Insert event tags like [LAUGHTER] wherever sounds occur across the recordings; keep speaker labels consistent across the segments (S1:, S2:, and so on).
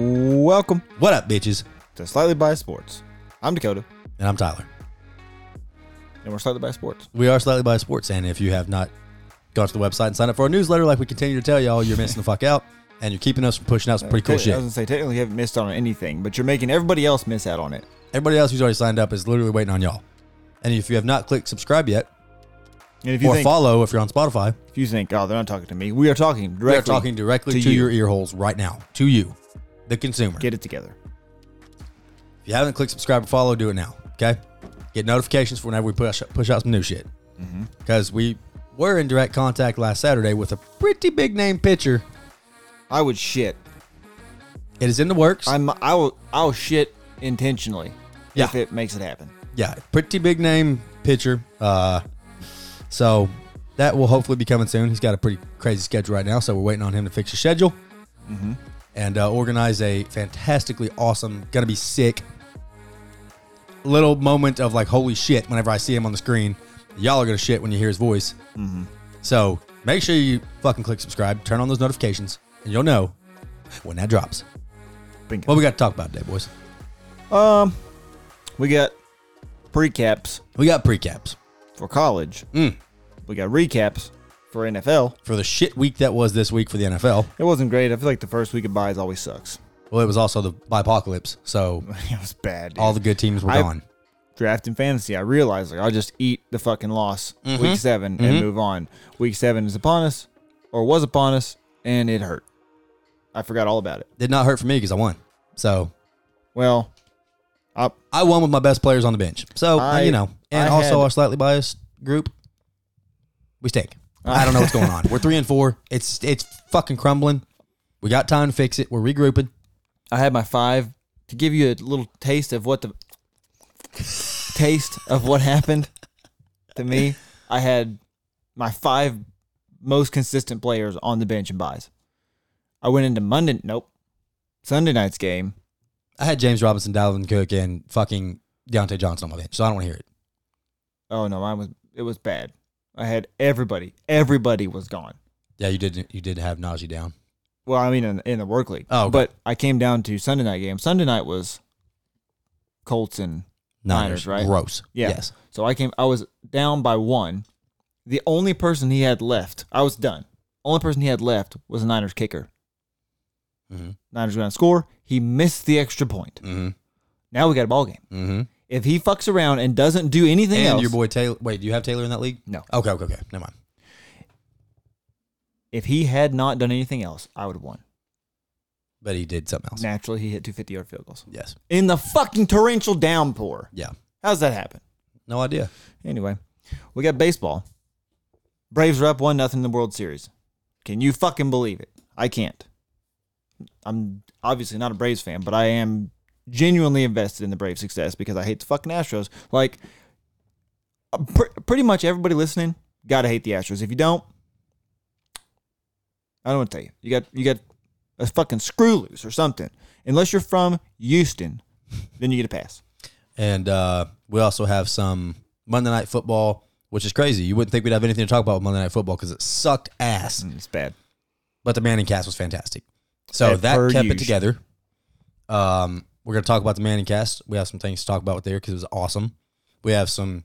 S1: welcome
S2: What up, bitches?
S1: to Slightly Biased Sports. I'm Dakota,
S2: And I'm Tyler.
S1: and we're Slightly Biased Sports.
S2: We are Slightly by Sports, and if you have not gone to the website and signed up for our newsletter, like we continue to tell y'all, you're missing the fuck out, and you're keeping us from pushing out some pretty cool
S1: Technically- I was
S2: shit.
S1: gonna say technically you haven't missed out on anything, but you're making everybody else miss out on it.
S2: Everybody else who's already signed up is literally waiting on y'all. And if you have not clicked subscribe yet,
S1: And if you
S2: or
S1: think,
S2: follow if you're on Spotify,
S1: if you think, oh, they're not talking to me, we are talking directly.
S2: we are talking directly to,
S1: you.
S2: your ear holes right now, to you, the consumer.
S1: Get it together.
S2: if you haven't clicked subscribe or follow, do it now. Okay, get notifications for whenever we push push out some new shit.
S1: Mm-hmm.
S2: Because we were in direct contact last Saturday with a pretty big name pitcher.
S1: I would shit.
S2: It is in the works.
S1: I'm. I will. I'll shit intentionally
S2: Yeah.
S1: if it makes it happen.
S2: yeah, pretty big name pitcher. Uh, so that will hopefully be coming soon. He's got a pretty crazy schedule right now, so we're waiting on him to fix his schedule and uh, organize a fantastically awesome, gonna be sick little moment of like holy shit whenever I see him on the screen. Y'all are gonna shit when you hear his voice. So make sure you fucking click subscribe, turn on those notifications, and you'll know when that drops.
S1: Bingo.
S2: What we got to talk about today, boys?
S1: Um, we got precaps
S2: We got precaps
S1: for college.
S2: Mm.
S1: We got recaps for NFL.
S2: for the shit week that was this week for the NFL.
S1: It wasn't great. I feel like the first week of buys always sucks. [LAUGHS]
S2: Well, it was also the apocalypse, so
S1: it was bad. Dude.
S2: all the good teams were
S1: I-
S2: gone.
S1: draft and fantasy, I realized like I'll just eat the fucking loss week 7 and move on. Week seven is upon us, or was upon us, and it hurt. I forgot all about it.
S2: Did not hurt for me because I won. So
S1: Well, I,
S2: I won with my best players on the bench. So uh,
S1: I-
S2: you know,
S1: I
S2: and also
S1: had-
S2: our slightly biased group, we stink. I don't know
S1: [LAUGHS]
S2: what's going on. We're three and four. It's it's fucking crumbling. We got time to fix it. We're regrouping.
S1: I had my five to give you a little taste of what the taste of what happened to me. I had my five most consistent players on the bench and buys. I went into Monday, nope, Sunday night's game.
S2: I had James Robinson, Dalvin Cook, and fucking Deontay Johnson on my bench, so I don't want to hear it.
S1: Oh no, mine was it was bad. I had everybody. Everybody was gone.
S2: Yeah, you did. You did have Najee down.
S1: Well, I mean, in, in the work league.
S2: Oh, okay.
S1: but I came down to Sunday night game. Sunday night was Colts and Niners,
S2: Niners,
S1: right?
S2: Gross.
S1: Yeah.
S2: Yes.
S1: So I came. I was down by one. The only person he had left, I was done. Only person he had left was the Niners kicker.
S2: Mhm.
S1: Niners going to score. He missed the extra point.
S2: Mm-hmm.
S1: Now we got a ball game.
S2: Mm-hmm.
S1: If he fucks around and doesn't do anything
S2: And
S1: else,
S2: your boy Taylor. Wait, do you have Taylor in that league?
S1: no.
S2: Okay. Okay. Okay. Never mind.
S1: If he had not done anything else, I would have won.
S2: But he did something else.
S1: Naturally, he hit two fifty-yard field goals.
S2: Yes.
S1: in the fucking torrential downpour.
S2: Yeah.
S1: How's that happen?
S2: No idea.
S1: Anyway, we got baseball. Braves are up one nothing in the World Series. Can you fucking believe it? I can't. I'm obviously not a Braves fan, but I am genuinely invested in the Braves' success because I hate the fucking Astros. Like, uh, pr- pretty much everybody listening gotta hate the Astros. If you don't, I don't want to tell you. You got you got a fucking screw loose or something. Unless you're from Houston, then you get a pass.
S2: And uh, we also have some Monday Night Football, which is crazy. You wouldn't think we'd have anything to talk about with Monday Night Football because it sucked ass.
S1: It's bad.
S2: But the Manning cast was fantastic. So
S1: At
S2: that
S1: per
S2: kept it
S1: usual.
S2: together. Um, we're going to talk about the Manning cast. We have some things to talk about there because it was awesome. We have some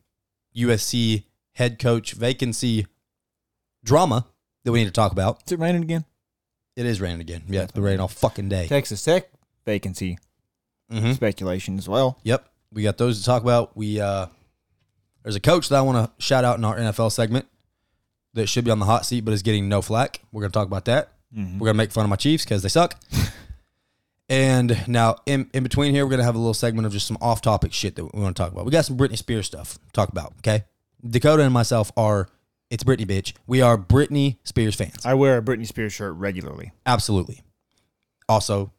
S2: USC head coach vacancy drama that we need to talk about.
S1: Is it raining again?
S2: It is raining again. Yeah, it's been raining all fucking day.
S1: Texas Tech vacancy
S2: Mm-hmm.
S1: speculation as well.
S2: Yep. We got those to talk about. We uh there's a coach that I want to shout out in our NFL segment that should be on the hot seat but is getting no flack. We're going to talk about that. We're going to make fun of my Chiefs cuz they suck. and now in, in between here we're going to have a little segment of just some off-topic shit that we want to talk about. We got some Britney Spears stuff to talk about, okay? Dakota and myself are it's Britney bitch. We are Britney Spears fans.
S1: I wear a Britney Spears shirt regularly.
S2: Absolutely. Also,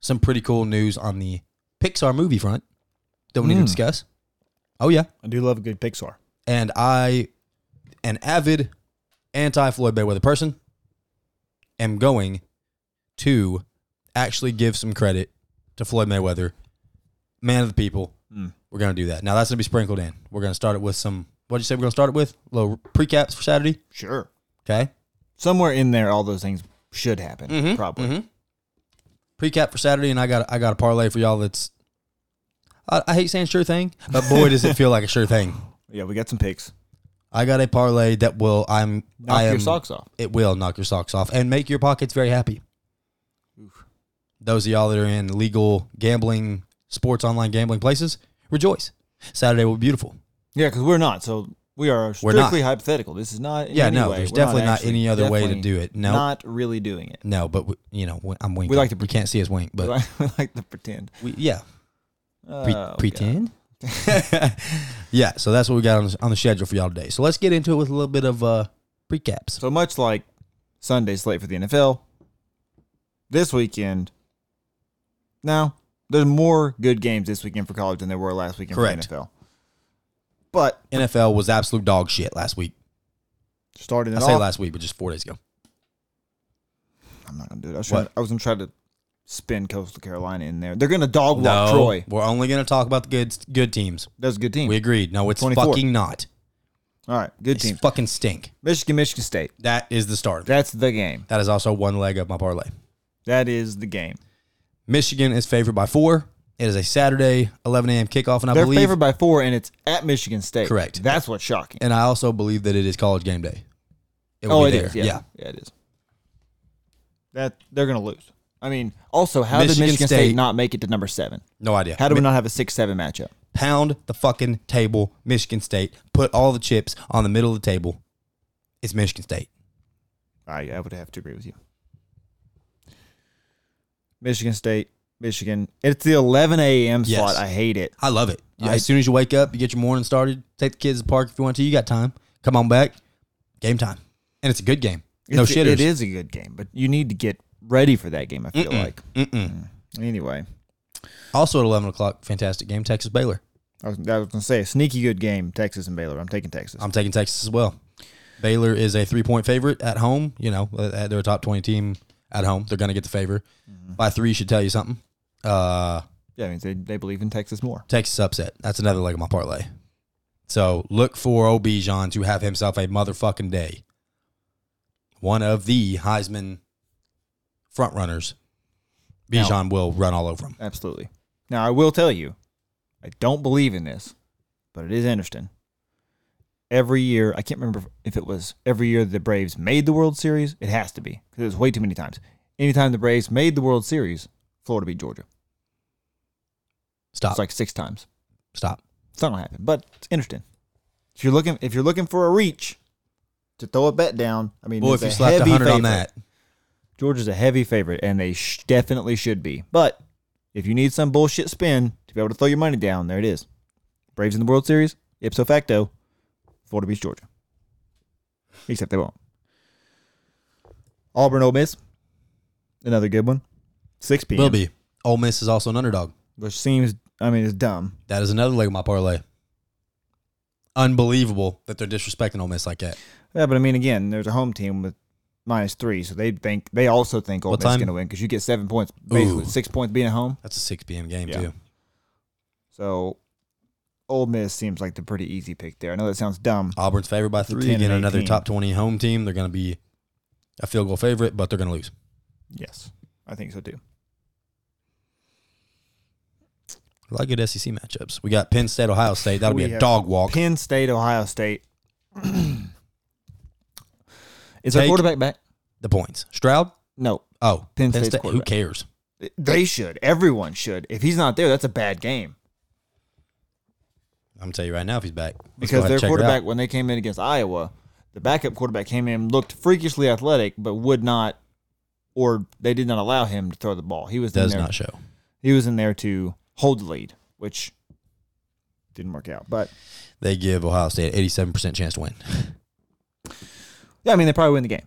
S2: some pretty cool news on the Pixar movie front that we need to discuss. Oh yeah,
S1: I do love a good Pixar.
S2: and I, an avid anti Floyd Mayweather person, am going to actually give some credit to Floyd Mayweather, man of the people. We're gonna do that. Now that's gonna be sprinkled in. We're gonna start it with some. What'd you say? We're gonna start it with little precaps for Saturday.
S1: Sure.
S2: Okay.
S1: Somewhere in there, all those things should happen, probably.
S2: Precap for Saturday, and I got I got a parlay for y'all. That's I, I hate saying sure thing, but boy does it feel like a sure thing.
S1: Yeah, we got some picks.
S2: I got a parlay that will I'm
S1: Knock
S2: I
S1: your
S2: am-
S1: socks off.
S2: It will knock your socks off and make your pockets very happy. Those of y'all that are in legal gambling, sports online gambling places, rejoice. Saturday will be beautiful.
S1: Yeah, because we're not. So we are
S2: We're not.
S1: strictly hypothetical. This is not. In
S2: yeah,
S1: any
S2: no,
S1: way-
S2: there's
S1: we're
S2: definitely not,
S1: actually-
S2: any other way to
S1: definitely
S2: do it. No,
S1: Not really doing it. [LAUGHS]
S2: no, but we, you know, we- I'm winking.
S1: like to
S2: we can't see us wink, but
S1: we like to pretend.
S2: we, yeah,
S1: Oh,
S2: Pre-
S1: God.
S2: pretend. yeah, so that's what we got on the, on the schedule for y'all today. So let's get into it with a little bit of uh, recaps.
S1: So much like Sunday slate for the NFL, this weekend. Now there's more good games this weekend for college than there were last weekend
S2: Correct.
S1: for the NFL. But
S2: NFL was absolute dog shit last week.
S1: starting
S2: I
S1: it
S2: say
S1: off,
S2: last week, but just four days ago.
S1: I'm not gonna do it. I was,
S2: What?
S1: trying, I was gonna try to spin Coastal Carolina in there. They're gonna dog walk
S2: No,
S1: Troy.
S2: we're only going to talk about the good good teams.
S1: That's a good team.
S2: We agreed. No, it's
S1: 24.
S2: fucking not.
S1: All right, good
S2: It's
S1: team.
S2: fucking stink.
S1: Michigan, Michigan State.
S2: That is the start.
S1: That's the game.
S2: That is also one leg of my parlay.
S1: That is the game.
S2: Michigan is favored by four. It is a Saturday, 11 a.m. kickoff, and I
S1: They're
S2: believe,
S1: favored by four, and it's at Michigan State.
S2: Correct.
S1: That's what's shocking.
S2: and I also believe that it is college game day. It
S1: oh,
S2: be
S1: it
S2: there.
S1: is. Yeah. yeah, it is. That they're gonna lose. I mean, also, how
S2: Michigan
S1: did Michigan State,
S2: State-
S1: not make it to number seven?
S2: No idea.
S1: How do we not have a six-seven matchup?
S2: pound the fucking table, Michigan State. Put all the chips on the middle of the table. It's Michigan State.
S1: I, I would have to agree with you. Michigan State, Michigan. It's the 11 a.m.
S2: Yes.
S1: slot. I hate it.
S2: I love it.
S1: I-
S2: as soon as you wake up, you get your morning started. Take the kids to the park if you want to. You got time. Come on back. Game time, and it's a good game. No
S1: It's-
S2: shitters.
S1: It is a good game, but you need to get ready for that game. I feel like.
S2: Mm-mm.
S1: Anyway,
S2: Also at eleven o'clock, fantastic game. Texas Baylor.
S1: I was, I was gonna say a sneaky good game, Texas and Baylor. I'm taking Texas.
S2: I'm taking Texas as well. Baylor is a three point favorite at home. You know uh, they're a top twenty team at home. They're going to get the favor
S1: Mm-hmm.
S2: by three. Should tell you something. Uh,
S1: yeah, I mean they, they believe in Texas more.
S2: Texas upset. That's another leg of my parlay. So look for Obijan to have himself a motherfucking day. One of the Heisman frontrunners.
S1: Now-
S2: Bijan will run all over him.
S1: Absolutely. Now I will tell you, I don't believe in this, but it is interesting. Every year, I can't remember if it was every year the Braves made the World Series. It has to be because it was way too many times. Anytime the Braves made the World Series, Florida beat Georgia.
S2: Stop. Uh,
S1: It's like six times.
S2: Stop.
S1: It's not gonna happen, but it's interesting. If you're looking, if you're looking for a reach to throw a bet down, I mean,
S2: Boy,
S1: it's
S2: if you
S1: a
S2: slapped
S1: heavy
S2: 100
S1: favorite.
S2: on that,
S1: Georgia's a heavy favorite, and they sh- definitely should be. But if you need some bullshit spin to be able to throw your money down, there it is. Braves in the World Series, ipso facto, Florida beats Georgia. Except they won't. Auburn Ole Miss, another good one. 6 p.m.
S2: will be. Ole Miss is also an underdog.
S1: Which seems, I mean, it's dumb.
S2: That is another leg of my parlay. Unbelievable that they're disrespecting Ole Miss like that.
S1: Yeah, but I mean, again, there's a home team with minus three, so they think they also think Ole
S2: What
S1: Miss is
S2: time?
S1: going to win because you get seven points, basically
S2: Ooh.
S1: six points being at home.
S2: That's a 6 p.m. game,
S1: Yeah.
S2: too.
S1: So Ole Miss seems like the pretty easy pick there. I know that sounds dumb.
S2: Auburn's favored by three.
S1: 10 and
S2: Again, another
S1: 18.
S2: top 20 home team. They're going to be a field goal favorite, but they're going to lose.
S1: Yes, I think so too.
S2: A lot of good SEC E matchups. We got Penn State, Ohio State. That'll
S1: We
S2: be a
S1: have
S2: dog walk.
S1: Penn State, Ohio State. [CLEARS THROAT] Is
S2: Take-
S1: their quarterback back?
S2: the points. Stroud?
S1: No,
S2: Oh,
S1: Penn
S2: Penn,
S1: State's
S2: State. Who
S1: quarterback.
S2: cares?
S1: they should. Everyone should. If he's not there, that's a bad game
S2: I'm going to tell you right now if he's back. Let's go
S1: because
S2: ahead
S1: their
S2: and check it out.
S1: quarterback when they came in against Iowa, the backup quarterback came in looked freakishly athletic, but would not, or they did not allow him to throw the ball. He was in
S2: does
S1: there-
S2: not show.
S1: He was in there to hold the lead, which didn't work out, but.
S2: They give Ohio State an 87% chance to win.
S1: Yeah, I mean they probably win the game.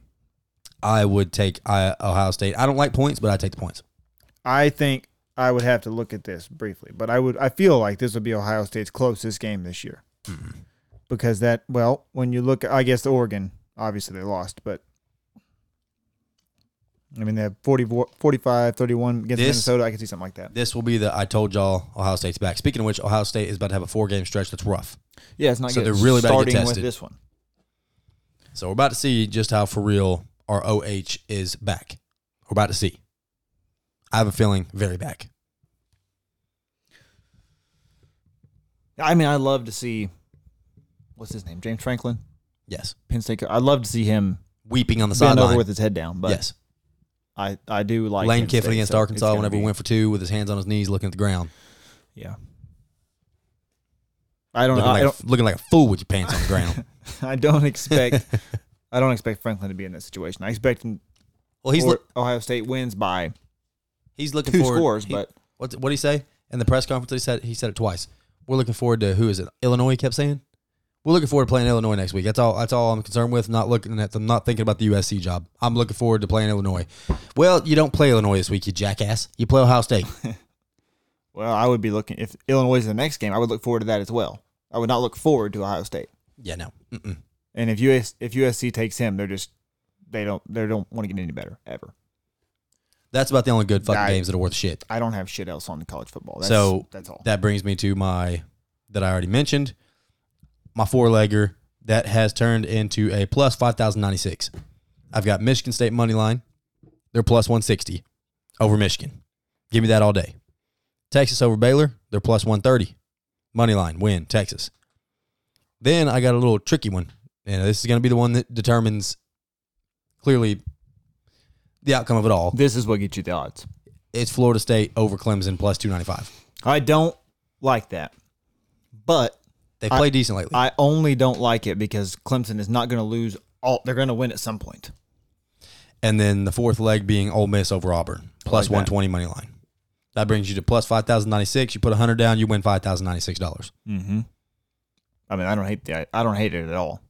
S2: I would take I, Ohio State. I don't like points, but I take the points.
S1: I think I would have to look at this briefly, but I would I feel like this would be Ohio State's closest game this year.
S2: Mm-hmm.
S1: Because that well, when you look I guess Oregon, obviously they lost, but I mean they have 44, 45, 31 against
S2: This-
S1: Minnesota. I can see something like that.
S2: This will be the I told y'all Ohio State's back. Speaking of which, Ohio State is about to have a four game stretch that's rough.
S1: Yeah, it's not
S2: So good. they're really about to get
S1: starting
S2: Starting with
S1: with
S2: tested.
S1: this one.
S2: So we're about to see just how for real our OH is back. We're about to see. I have a feeling very back.
S1: I mean, I love to see what's his name, James Franklin,
S2: Yes.
S1: Penn State. co- I'd love to see him
S2: Weeping on the
S1: bend over
S2: sideline.
S1: with his head down. But
S2: Yes.
S1: I I do like
S2: Lane
S1: Penn
S2: Kiffin
S1: State,
S2: against
S1: so it's
S2: Arkansas
S1: gonna
S2: whenever
S1: be-
S2: we went for two with his hands on his knees looking at the ground.
S1: Yeah. I don't.
S2: Looking,
S1: Uh, I
S2: like,
S1: don't.
S2: a- looking like a fool with your pants on
S1: [LAUGHS]
S2: the ground.
S1: I don't expect.
S2: [LAUGHS]
S1: I don't expect Franklin to be in that situation. I expect him.
S2: Well, he's
S1: or-
S2: look
S1: Ohio State wins by
S2: he's looking
S1: two
S2: forward.
S1: scores,
S2: he-
S1: but
S2: what what did he say in the press conference? He said he said it twice. We're looking forward to who is it? Illinois. He kept saying we're looking forward to playing Illinois next week. That's all. That's all I'm concerned with. Not looking at. I'm not thinking about the USC job. I'm looking forward to playing Illinois. Well, you don't play Illinois this week, you jackass. You play
S1: [LAUGHS]
S2: Ohio State.
S1: well, I would be looking if Illinois is in the next game. I would look forward to that as well. I would not look forward to Ohio State.
S2: yeah, no. Mm-mm.
S1: And if US if USC takes him, they're just they don't they don't want to get any better ever.
S2: That's about the only good fucking
S1: Guy-
S2: games that are worth shit.
S1: I don't have shit else on college football. That's,
S2: So,
S1: that's all.
S2: That brings me to my that I already mentioned, my four legger that has turned into a plus five thousand ninety six. I've got Michigan State money line. They're plus one sixty over Michigan. Give me that all day. Texas over Baylor. They're plus one thirty. Money line win Texas. Then I got a little tricky one, and this is going to be the one that determines clearly the outcome of it all.
S1: this is what gets you the odds.
S2: It's Florida State over Clemson plus two ninety five.
S1: I don't like that, but
S2: They
S1: I-
S2: play decent lately.
S1: I only don't like it because Clemson is not going to lose all. They're going to win at some point.
S2: and then the fourth leg being Ole Miss over Auburn, plus
S1: that.
S2: 120 money line. That brings you to plus 5,096. You put 100 down, you win $5,096.
S1: Mm-hmm. I mean, I don't hate the. I don't hate it at all.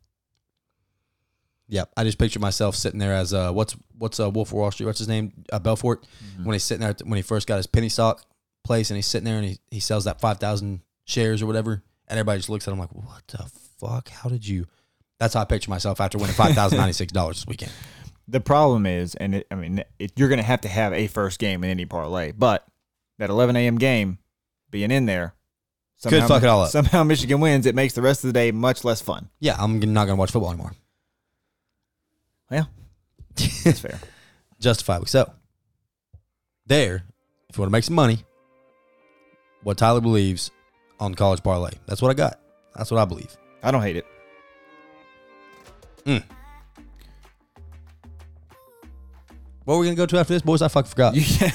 S2: Yep. I just picture myself sitting there as uh, what's what's uh, Wolf of Wall Street? What's his name? Uh, Belfort. When he's sitting there, at the- when he first got his penny stock place and he's sitting there and he, he sells that 5,000 shares or whatever. And everybody just looks at him like, what the fuck? How did you? That's how I picture myself after winning $5,096 this weekend.
S1: The problem is, and it, I mean, it, you're going to have to have a first game in any parlay, but that 11 a.m. game being in there
S2: Could fuck it all up.
S1: Somehow Michigan wins. It makes the rest of the day much less fun.
S2: Yeah, I'm not going to watch football anymore.
S1: Yeah,
S2: [LAUGHS]
S1: that's fair.
S2: justifiably so. There, if you want to make some money, what Tyler believes on college parlay. That's what I got. That's what I believe.
S1: I don't hate it.
S2: What are we gonna go to after this, boys? I fucking
S1: [LAUGHS]
S2: forgot.
S1: Yeah.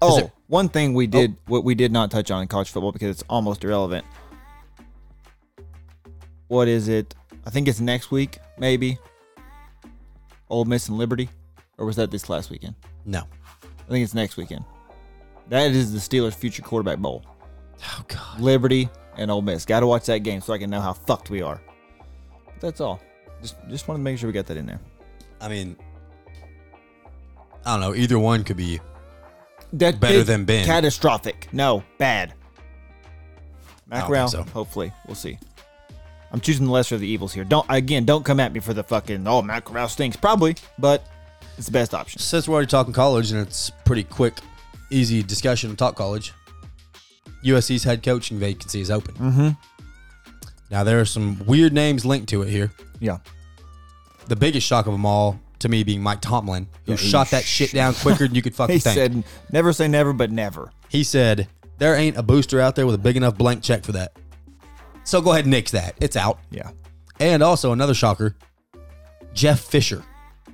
S1: Oh,
S2: there-
S1: one thing we did what we did not touch on in college football because it's almost irrelevant. What is it? I think it's next week, maybe. Old Miss and Liberty, or was that this last weekend?
S2: no.
S1: I think it's next weekend. That is the Steelers' future quarterback bowl.
S2: Oh god.
S1: Liberty and Ole Miss. Got to watch that game so I can know how fucked we are. But that's all. Just just wanted to make sure we got that in there.
S2: I mean, I don't know. Either one could be.
S1: That
S2: Better
S1: big-
S2: than Ben.
S1: Catastrophic. No, bad.
S2: I
S1: Mac
S2: don't
S1: Brown.
S2: think so.
S1: Hopefully, we'll see. I'm choosing the lesser of the evils here. Don't again. Don't come at me for the fucking. Oh, Mac Brown stinks. Probably, but it's the best option.
S2: Since we're already talking college, and it's pretty quick, easy discussion to talk college. USC's head coaching vacancy is open. Mm-hmm. Now there are some weird names linked to it here.
S1: Yeah.
S2: the biggest shock of them all to me being Mike Tomlin, who
S1: Yeah, he
S2: shot that shit down quicker than
S1: [LAUGHS]
S2: you could fucking
S1: He
S2: think.
S1: said, "Never say never, but never."
S2: he said, There ain't a booster out there with a big enough blank check for that. So go ahead and nix that. It's out.
S1: Yeah.
S2: And also another shocker, Jeff Fisher.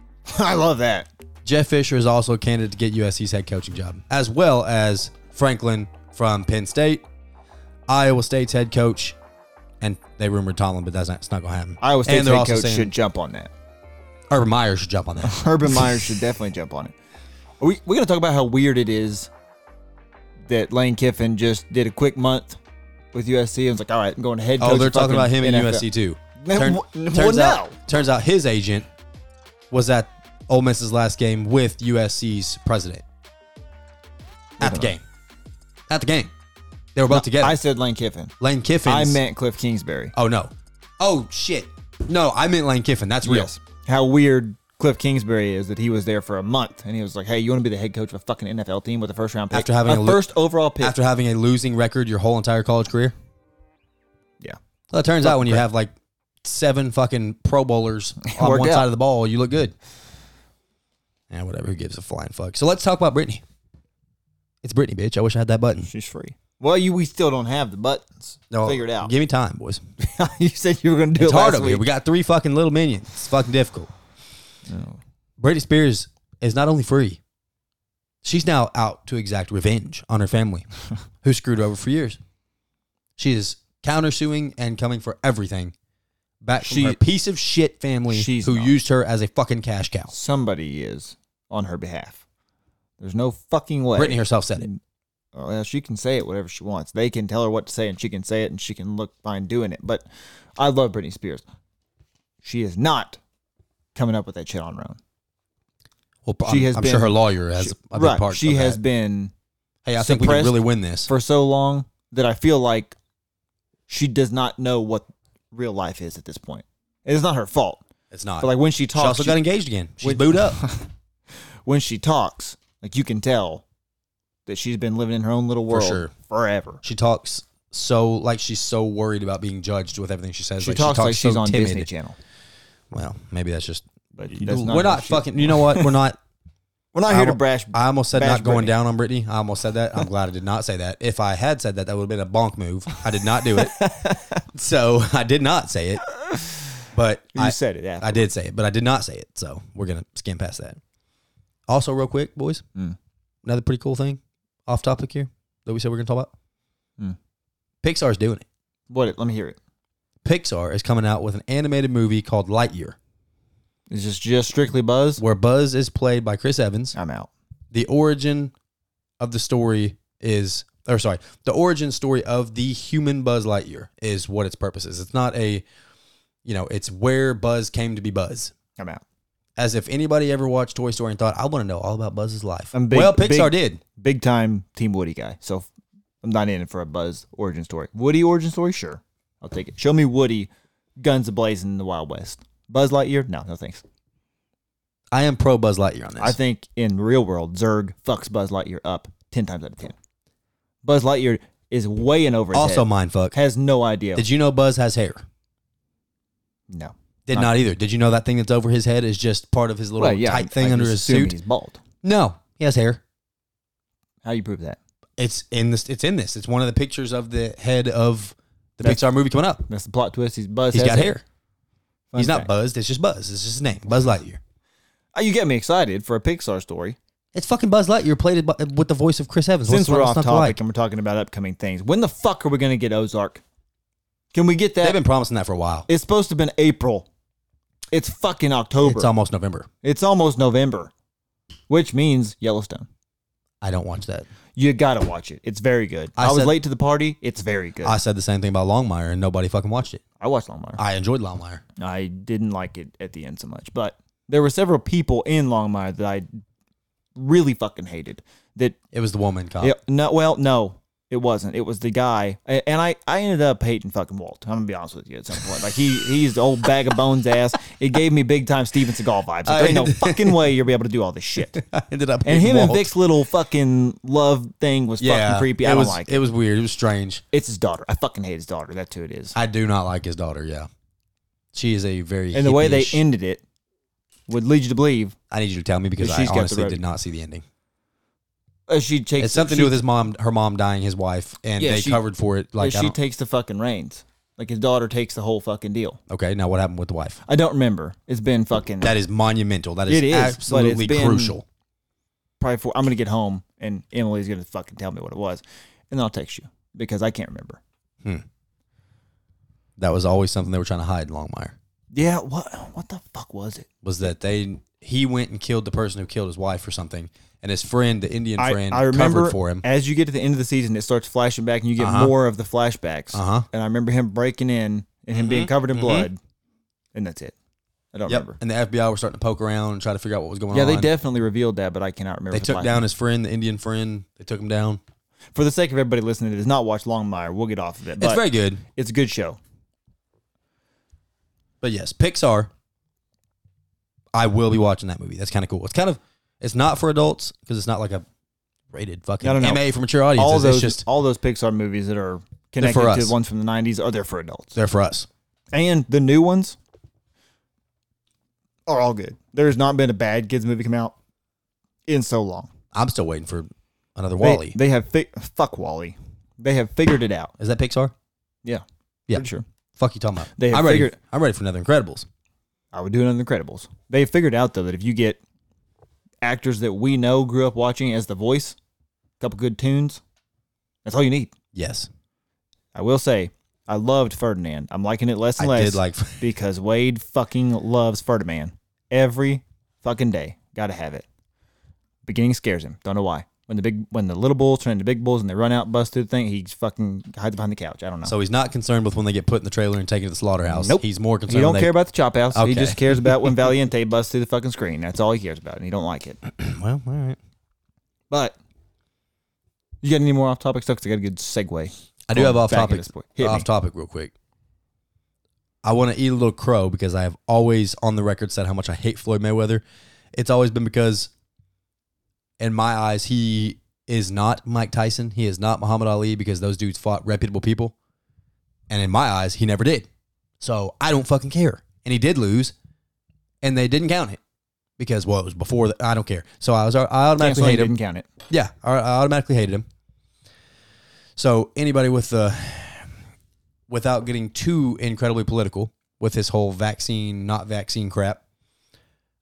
S1: [LAUGHS] I love that.
S2: Jeff Fisher is also a candidate to get USC's head coaching job, as well as Franklin from Penn State, Iowa State's head coach, and they rumored Tomlin, but that's not, it's not going to happen.
S1: Iowa State's
S2: and they're
S1: head
S2: also
S1: coach
S2: saying
S1: should jump on
S2: [LAUGHS]
S1: that.
S2: Urban Meyer should jump on that.
S1: Urban [LAUGHS] Meyer should definitely jump on it. Are we we're gonna talk about how weird it is that Lane Kiffin just did a quick month with USC and was like, "All right, I'm going to head."
S2: Oh,
S1: coach
S2: they're talking
S1: fucking
S2: about him and
S1: NFL." [LAUGHS]
S2: USC too.
S1: Man, wh-
S2: turns
S1: well,
S2: out,
S1: no.
S2: turns out his agent was at Ole Miss's last game with USC's president at the game. At the game, they were both together.
S1: I said Lane Kiffin.
S2: Lane Kiffin.
S1: I meant Cliff Kingsbury.
S2: Oh no. Oh shit. No, I meant Lane Kiffin. That's real.
S1: How weird Cliff Kingsbury is that he was there for a month and he was like, "Hey, you want to be the head coach of a fucking NFL team with a first round pick
S2: After having
S1: a
S2: a lo-
S1: first overall pick?"
S2: After having a losing record your whole entire college career.
S1: yeah,
S2: Well, it turns out when you have like seven fucking Pro
S1: [LAUGHS]
S2: Bowlers on
S1: Worked
S2: one
S1: out.
S2: side of the ball, you look good. And whatever, who gives a flying fuck? So let's talk about Brittany. It's Brittany, bitch. I wish I had that button.
S1: She's free. Well, you we still don't have the buttons
S2: No,
S1: figured out.
S2: Give me time, boys.
S1: [LAUGHS] you said you were going to do
S2: It's
S1: it last
S2: hard over
S1: week.
S2: here. We got three fucking little minions. It's fucking difficult. Britney Spears is not only free, she's now out to exact revenge on
S1: [LAUGHS]
S2: her family, who screwed her over for years. She is countersuing and coming for everything back
S1: She-
S2: from her piece of shit family
S1: She's
S2: who
S1: not.
S2: used her as a fucking cash cow.
S1: Somebody is on her behalf. There's no fucking way.
S2: Brittany herself said it.
S1: Well, she can say it whatever she wants. They can tell her what to say, and she can say it, and she can look fine doing it. But I love Britney Spears. She is not coming up with that shit on her own.
S2: Well,
S1: She
S2: I'm,
S1: has
S2: I'm
S1: been-
S2: sure her lawyer has
S1: She-
S2: a big
S1: right.
S2: part.
S1: she
S2: of
S1: has
S2: that.
S1: been
S2: Hey, I think we can
S1: suppressed
S2: really win this.
S1: for so long that I feel like she does not know what real life is at this point. It's not her fault.
S2: it's not.
S1: But like when she
S2: she
S1: talks,
S2: also
S1: she-
S2: got engaged again. She's
S1: when-
S2: booed up.
S1: [LAUGHS] when she talks, like you can tell that she's been living in her own little
S2: For
S1: world
S2: sure.
S1: forever.
S2: She talks so like she's so worried about being judged with everything she says.
S1: She, talks like she's
S2: so
S1: on
S2: timid.
S1: Disney Channel.
S2: Well, maybe that's just.
S1: But
S2: You-
S1: that's
S2: we're
S1: how
S2: not
S1: she-
S2: fucking. You know what?
S1: [LAUGHS]
S2: We're not.
S1: We're not here
S2: I-
S1: to brash.
S2: I almost said
S1: Bash
S2: not going
S1: Britney.
S2: down on Brittany. I almost said that. I'm glad I did not say that. If I had said that, that would have been a bonk move. I did not
S1: [LAUGHS]
S2: do it. so I did not say it. But
S1: you
S2: I,
S1: said it. After.
S2: I did say it, but I did not say it. So we're gonna skim past that. Also, real quick, boys,
S1: Mm.
S2: another pretty cool thing off topic here that we said we're gonna talk about.
S1: Mm.
S2: Pixar's doing it.
S1: what? Let me hear it.
S2: Pixar is coming out with an animated movie called Lightyear,
S1: Is this just strictly Buzz?
S2: where Buzz is played by Chris Evans.
S1: I'm out.
S2: The origin of the story is, or sorry, the origin story of the human Buzz Lightyear is what its purpose is. It's not a, you know, it's where Buzz came to be Buzz.
S1: I'm out.
S2: as if anybody ever watched Toy Story and thought, I want to know all about Buzz's life.
S1: I'm big-
S2: well, Pixar
S1: big-
S2: did.
S1: Big time Team Woody guy. So I'm not in for a Buzz origin story. Woody origin story? Sure. I'll take it. Show me Woody, guns ablazing in the Wild West. Buzz Lightyear? No, no thanks.
S2: I am pro Buzz Lightyear on this.
S1: I think in real world, Zerg fucks Buzz Lightyear up ten times out of ten. Buzz Lightyear is way in over his
S2: also,
S1: head.
S2: mind fuck.
S1: has no idea.
S2: Did you know Buzz has hair?
S1: no,
S2: Did not either. Did you know that thing that's over his head is just part of his little
S1: Well, yeah,
S2: tight
S1: I-
S2: thing
S1: I
S2: under
S1: just
S2: his
S1: assume
S2: suit?
S1: He's bald.
S2: No, he has hair.
S1: How do you prove that?
S2: It's in this. It's in this. It's one of the pictures of the head of the
S1: That's-
S2: Pixar movie coming up.
S1: That's the plot twist. He's Buzz.
S2: He's
S1: has
S2: got
S1: it.
S2: hair.
S1: Fun
S2: He's not
S1: fact.
S2: Buzz. It's just Buzz. It's just his name, Buzz Lightyear.
S1: Oh, you get me excited for a Pixar story.
S2: It's fucking Buzz Lightyear played by- with the voice of Chris Evans.
S1: Since
S2: What's-
S1: we're
S2: what's
S1: off
S2: not
S1: topic
S2: to like?
S1: and we're talking about upcoming things, when the fuck are we going to get Ozark? Can we get that?
S2: they've been promising that for a while.
S1: it's supposed to have been April. It's fucking October.
S2: It's um, almost November.
S1: it's almost November, which means Yellowstone.
S2: I don't watch that.
S1: You gotta watch it. It's very good.
S2: I
S1: I, was
S2: said-
S1: late to the party. It's very good.
S2: I
S1: I,
S2: said the same thing about Longmire, and nobody fucking watched it.
S1: watched Longmire.
S2: I enjoyed Longmire.
S1: I didn't like it at the end so much, but there were several people in Longmire that I really fucking hated. That
S2: It was the woman cop.
S1: yeah, no, well, no, it wasn't. It was the guy, A- and I, I ended up hating fucking Walt. I'm gonna be honest with you at some point. Like he, he's the old bag of bones ass. It gave me big time Steven Seagal vibes. Like,
S2: I-
S1: there's
S2: [LAUGHS]
S1: no fucking way you'll be able to do all this shit.
S2: I [LAUGHS] ended up
S1: And him
S2: hating
S1: and
S2: Uh, Walt.
S1: Vic's little fucking love thing was fucking creepy. I
S2: it
S1: don't
S2: was,
S1: like it.
S2: It was weird. It was strange.
S1: It's his daughter. I fucking hate his daughter. That's who it is.
S2: I do not like his daughter. Yeah, she is a very
S1: and the way they
S2: hippie-ish-
S1: ended it would lead you to believe
S2: I need you to tell me because
S1: That
S2: I
S1: she's got the
S2: honestly
S1: road.
S2: did not see the ending.
S1: uh, she takes
S2: It's something to
S1: she,
S2: do with his mom, her mom dying, his wife, and
S1: Yeah,
S2: they
S1: she-
S2: covered for it. Like, I
S1: she
S2: don't-
S1: takes the fucking reins. Like his daughter takes the whole fucking deal.
S2: okay, now what happened with the wife?
S1: I don't remember. It's been fucking
S2: That is monumental. That is,
S1: It is, but it's
S2: absolutely
S1: been-
S2: crucial.
S1: probably four. I'm gonna get home and Emily's gonna fucking tell me what it was, and then I'll text you because I can't remember.
S2: That was always something they were trying to hide. in Longmire
S1: Yeah, what what the fuck was it?
S2: was that they he went and killed the person who killed his wife or something, and his friend, the Indian
S1: I,
S2: friend,
S1: I remember
S2: covered for him.
S1: as you get to the end of the season, it starts flashing back, and you get
S2: Uh-huh.
S1: more of the flashbacks.
S2: Uh huh.
S1: And I remember him breaking in and him being covered in blood, and that's it. I don't
S2: Yep.
S1: remember.
S2: And the FBI were starting to poke around and try to figure out what was going
S1: Yeah,
S2: on.
S1: they definitely revealed that, but I cannot remember.
S2: They
S1: the
S2: took
S1: flashback.
S2: down his friend, the Indian friend. They took him down.
S1: For the sake of everybody listening that does not watch Longmire, we'll get off of it. But
S2: it's very good.
S1: it's a good show.
S2: But yes, Pixar. I will be watching that movie. That's kind of cool. It's kind of it's not for adults because it's not like a rated fucking
S1: I don't know.
S2: MA for mature audiences.
S1: all those
S2: it's just
S1: all those Pixar movies that are connected
S2: for
S1: to
S2: us.
S1: the ones from the '90s are there for adults,
S2: there for us.
S1: and the new ones are all good. There's not been a bad kids movie come out in so long.
S2: I'm still waiting for Another
S1: They-
S2: Wally.
S1: They, have fi- fuck Wally. They have figured it out.
S2: Is that Pixar?
S1: Yeah.
S2: Yeah.
S1: Pretty sure.
S2: Fuck you talking about.
S1: They have
S2: I'm ready.
S1: figured-
S2: I'm ready for another Incredibles.
S1: I would do it on The Incredibles. They figured out though that if you get actors that we know grew up watching as the voice, a couple good tunes, that's all you need.
S2: Yes,
S1: I will say, I loved Ferdinand. I'm liking it less and
S2: I
S1: less
S2: did like. [LAUGHS]
S1: because Wade fucking loves Ferdinand every fucking day. Got to have it. Beginning scares him. Don't know why. When the big, when the little bulls turn into big bulls and they run out, bust through the thing, he fucking hides behind the couch. I don't know.
S2: So he's not concerned with when they get put in the trailer and taken to the slaughterhouse.
S1: Nope.
S2: He's more concerned.
S1: He don't
S2: when
S1: care about the chop house. He
S2: Okay.
S1: just cares about when Valiente busts through the fucking screen. That's all he cares about, and he don't like it.
S2: they- [CLEARS THROAT] Well, all right.
S1: But you got any more off topic stuff? 'Cause I got a good segue.
S2: I do
S1: Oh,
S2: have off
S1: back at
S2: topic.
S1: this point. Hit
S2: off
S1: me.
S2: topic, real quick. I want to eat a little crow because I have always on the record said how much I hate Floyd Mayweather. It's always been because, in my eyes, he is not Mike Tyson. He is not Muhammad Ali because those dudes fought reputable people, and in my eyes, he never did. So I don't fucking care. And he did lose, and they didn't count it because well, it was before. The, I don't care. So I was I automatically
S1: Cancel
S2: hate him.
S1: didn't count it.
S2: Yeah, I, I automatically hated him. So anybody with the, without getting too incredibly political with this whole vaccine not vaccine crap,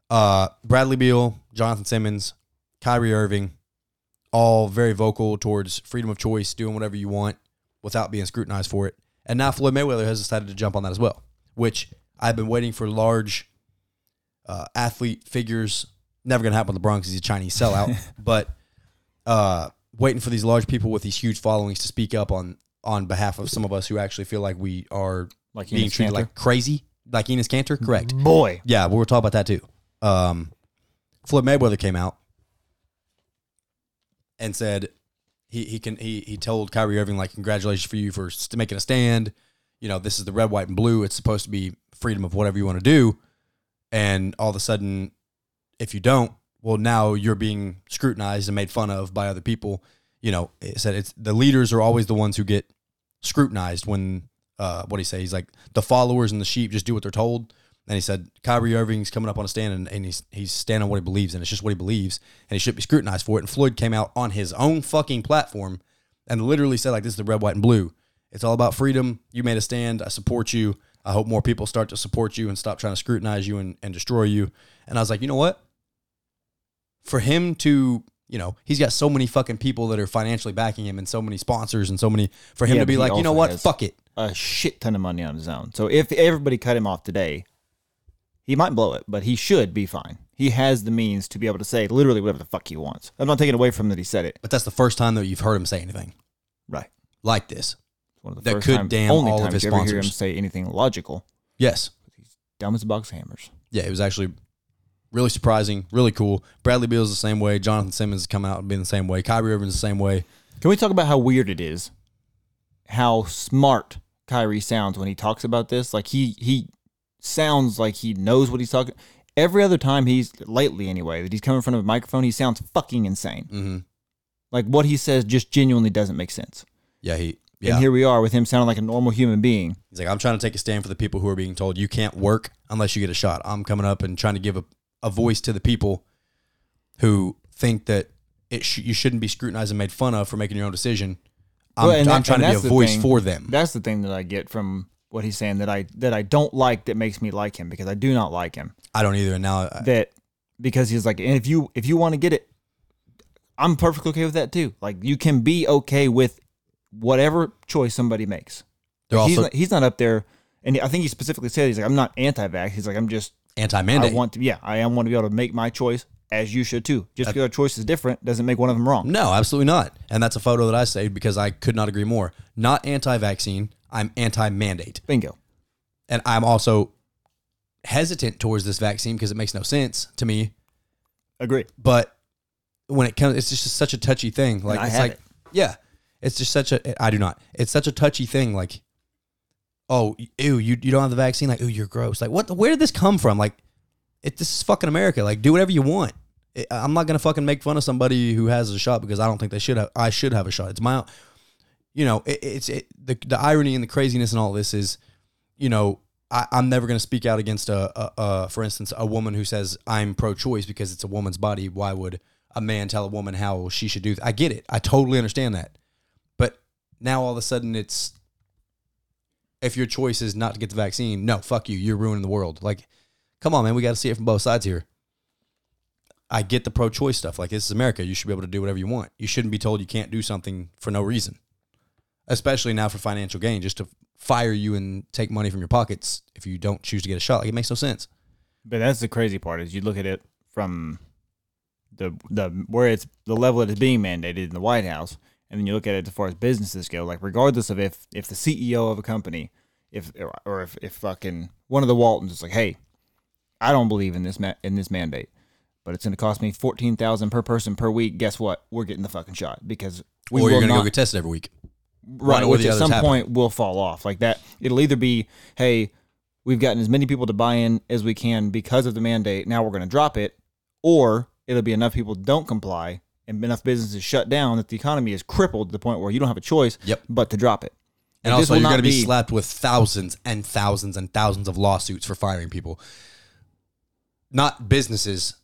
S2: uh, Bradley Beal, Jonathan Simmons, Kyrie Irving, all very vocal towards freedom of choice, doing whatever you want without being scrutinized for it. And now Floyd Mayweather has decided to jump on that as well, which I've been waiting for large uh, athlete figures. Never going to happen with LeBron because he's a Chinese
S1: [LAUGHS]
S2: sellout, but uh, waiting for these large people with these huge followings to speak up on on behalf of some of us who actually feel like we are
S1: Like
S2: being
S1: Enos
S2: treated
S1: Kanter? Mm-hmm.
S2: like crazy, like Enos Cantor. Correct.
S1: Boy,
S2: Yeah, we'll talk about that too. Um, Floyd Mayweather came out and said he he can he he told Kyrie Irving like congratulations for you for st- making a stand. You know this is the red, white, and blue. It's supposed to be freedom of whatever you want to do, and all of a sudden, if you don't, well now you're being scrutinized and made fun of by other people. You know, it said it's the leaders are always the ones who get scrutinized when uh what do you say? He's like the followers and the sheep just do what they're told. And he said Kyrie Irving's coming up on a stand and, and he's he's standing on what he believes and it's just what he believes and he should be scrutinized for it. And Floyd came out on his own fucking platform and literally said like this is the red, white, and blue. It's all about freedom. You made a stand. I support you. I hope more people start to support you and stop trying to scrutinize you and, and destroy you. And I was like, you know what? for him to you know he's got so many fucking people that are financially backing him and so many sponsors and so many for him
S1: Yeah,
S2: to be
S1: but he
S2: like you know
S1: also
S2: what
S1: has-
S2: fuck it
S1: a shit ton of money on his own. So if everybody cut him off today, he might blow it, but he should be fine. He has the means to be able to say literally whatever the fuck he wants. I'm not taking away from that he said it.
S2: but that's the first time that you've heard him say anything
S1: Right.
S2: like this
S1: One of
S2: That could damn
S1: only
S2: all of
S1: times
S2: his
S1: you ever hear him
S2: sponsors.
S1: say anything logical.
S2: yes
S1: Dumb as a box of hammers.
S2: yeah it was actually really surprising really cool Bradley Beal's the same way Jonathan Simmons is coming out and being the same way Kyrie Irving's the same way
S1: Can we talk about how weird it is? How smart Kyrie sounds when he talks about this. Like he he sounds like he knows what he's talking. Every other time he's lately anyway that he's come in front of a microphone, he sounds fucking insane.
S2: mm-hmm.
S1: Like what he says just genuinely doesn't make sense.
S2: yeah he yeah
S1: And here we are with him sounding like a normal human being.
S2: He's like, I'm trying to take a stand for the people who are being told you can't work unless you get a shot. I'm coming up and trying to give a, a voice to the people who think that it sh- you shouldn't be scrutinized and made fun of for making your own decision. I'm,
S1: Well, and
S2: I'm
S1: that-
S2: trying
S1: and
S2: to be a
S1: that's the
S2: voice
S1: thing.
S2: for them.
S1: That's the thing that I get from what he's saying that I that I don't like that makes me like him because I do not like him.
S2: I don't either. And now, uh, I,
S1: that because he's like, and if you if you want to get it, I'm perfectly okay with that too. Like you can be okay with whatever choice somebody makes.
S2: they're
S1: he's
S2: also
S1: not, he's not up there, and I think he specifically said he's like, I'm not anti-vax. He's like, I'm just I
S2: anti-mandate.
S1: want to, yeah, I am want to be able to make my choice as you should too. Just because our choice is different doesn't make one of them wrong.
S2: No, absolutely not. And that's a photo that I saved because I could not agree more. Not anti-vaccine. I'm anti-mandate.
S1: Bingo.
S2: and I'm also hesitant towards this vaccine because it makes no sense to me.
S1: Agree.
S2: But when it comes, it's just such a touchy thing. Like
S1: I
S2: it's
S1: have
S2: like,
S1: it.
S2: yeah, it's just such a. I do not. It's such a touchy thing. Like, oh, ew, you you don't have the vaccine. Like, ooh, you're gross. Like, what? the- Where did this come from? Like, it this is fucking America. Like, do whatever you want. It, I'm not gonna fucking make fun of somebody who has a shot because I don't think they should have. I should have a shot. It's my, you know, it, it's it, the the irony and the craziness and all this is, you know. I, I'm never going to speak out against a, a, a, for instance, a woman who says I'm pro-choice because it's a woman's body. Why would a man tell a woman how she should do. Th- I get it. I totally understand that. But now all of a sudden it's if your choice is not to get the vaccine, no, fuck you. You're ruining the world. Like, come on, man. We got to see it from both sides here. I get the pro choice stuff. Like, this is America. You should be able to do whatever you want. You shouldn't be told you can't do something for no reason, especially now for financial gain, just to fire you and take money from your pockets if you don't choose to get a shot. Like, it makes no sense.
S1: But that's the crazy part is you look at it from the the where it's the level it is being mandated in the White House, and then you look at it as far as businesses go. Like regardless of if if the CEO of a company, if or if if fucking one of the Waltons is like, hey, I don't believe in this ma- in this mandate, but it's going to cost me fourteen thousand per person per week. Guess what? We're getting the fucking shot because we
S2: or
S1: will
S2: you're going to
S1: not
S2: go get tested every week.
S1: right
S2: or
S1: which
S2: the
S1: at
S2: other's
S1: some
S2: happening.
S1: point will fall off like that it'll either be hey we've gotten as many people to buy in as we can because of the mandate now we're going to drop it or it'll be enough people don't comply and enough businesses shut down that the economy is crippled to the point where you don't have a choice
S2: Yep.
S1: but to drop it
S2: And
S1: this
S2: also,
S1: will
S2: you're
S1: not
S2: going to be,
S1: be-
S2: slapped with thousands and thousands and thousands of lawsuits for firing people. Not businesses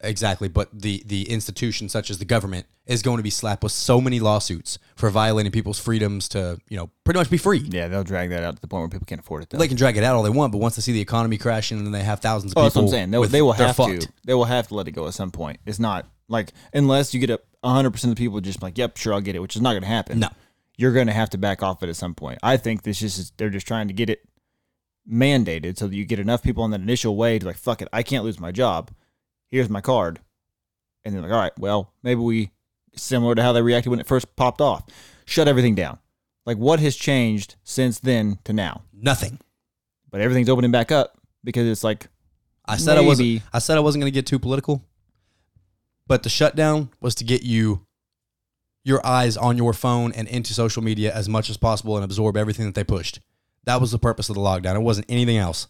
S2: exactly, but the the institution such as the government is going to be slapped with so many lawsuits for violating people's freedoms to you know pretty much be free.
S1: yeah they'll drag that out to the point where people can't afford it though
S2: They can drag it out all they want, but once they see the economy crashing and they have thousands of
S1: Oh,
S2: people,
S1: that's what I'm saying. They,
S2: with-
S1: they will
S2: they're
S1: have
S2: fucked.
S1: to. They will have to let it go at some point. It's not like unless you get a 100 percent of the people just like, yep, sure, I'll get it, which is not going to happen.
S2: No.
S1: you're going to have to back off it at some point. I think this just is they're just trying to get it mandated so that you get enough people on that initial wave to like, fuck it, I can't lose my job. Here's my card, and then like, all right, well, maybe we similar to how they reacted when it first popped off, shut everything down. Like, what has changed since then to now?
S2: Nothing.
S1: But everything's opening back up because it's like
S2: I said I wasn't.
S1: Maybe.
S2: I said I wasn't going to get too political, but the shutdown was to get you your eyes on your phone and into social media as much as possible and absorb everything that they pushed. That was the purpose of the lockdown. It wasn't anything else.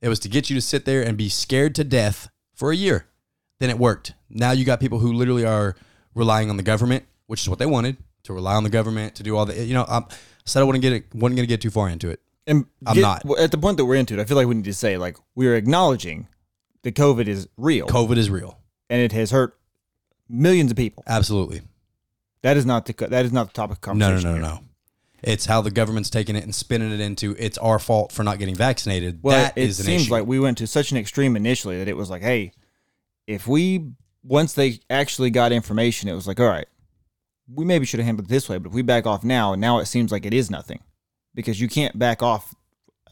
S2: It was to get you to sit there and be scared to death for a year. Then it worked. Now you got people who literally are relying on the government, which is what they wanted to rely on the government to do all the. You know, I'm, I said I wouldn't get it. wasn't going to get too far into it.
S1: And
S2: I'm not.
S1: well, at the point that we're into it. I feel like we need to say like we are acknowledging that COVID is real
S2: COVID is real.
S1: and it has hurt millions of people.
S2: Absolutely.
S1: That is not the co- that is not the topic of
S2: No,
S1: conversation.
S2: no, no,
S1: here.
S2: no, no. It's how the government's taking it and spinning it into it's our fault for not getting vaccinated.
S1: Well,
S2: that
S1: it
S2: is an
S1: seems
S2: issue.
S1: like we went to such an extreme initially that it was like, hey, if we once they actually got information, it was like, all right, we maybe should have handled it this way, but if we back off now, now it seems like it is nothing because you can't back off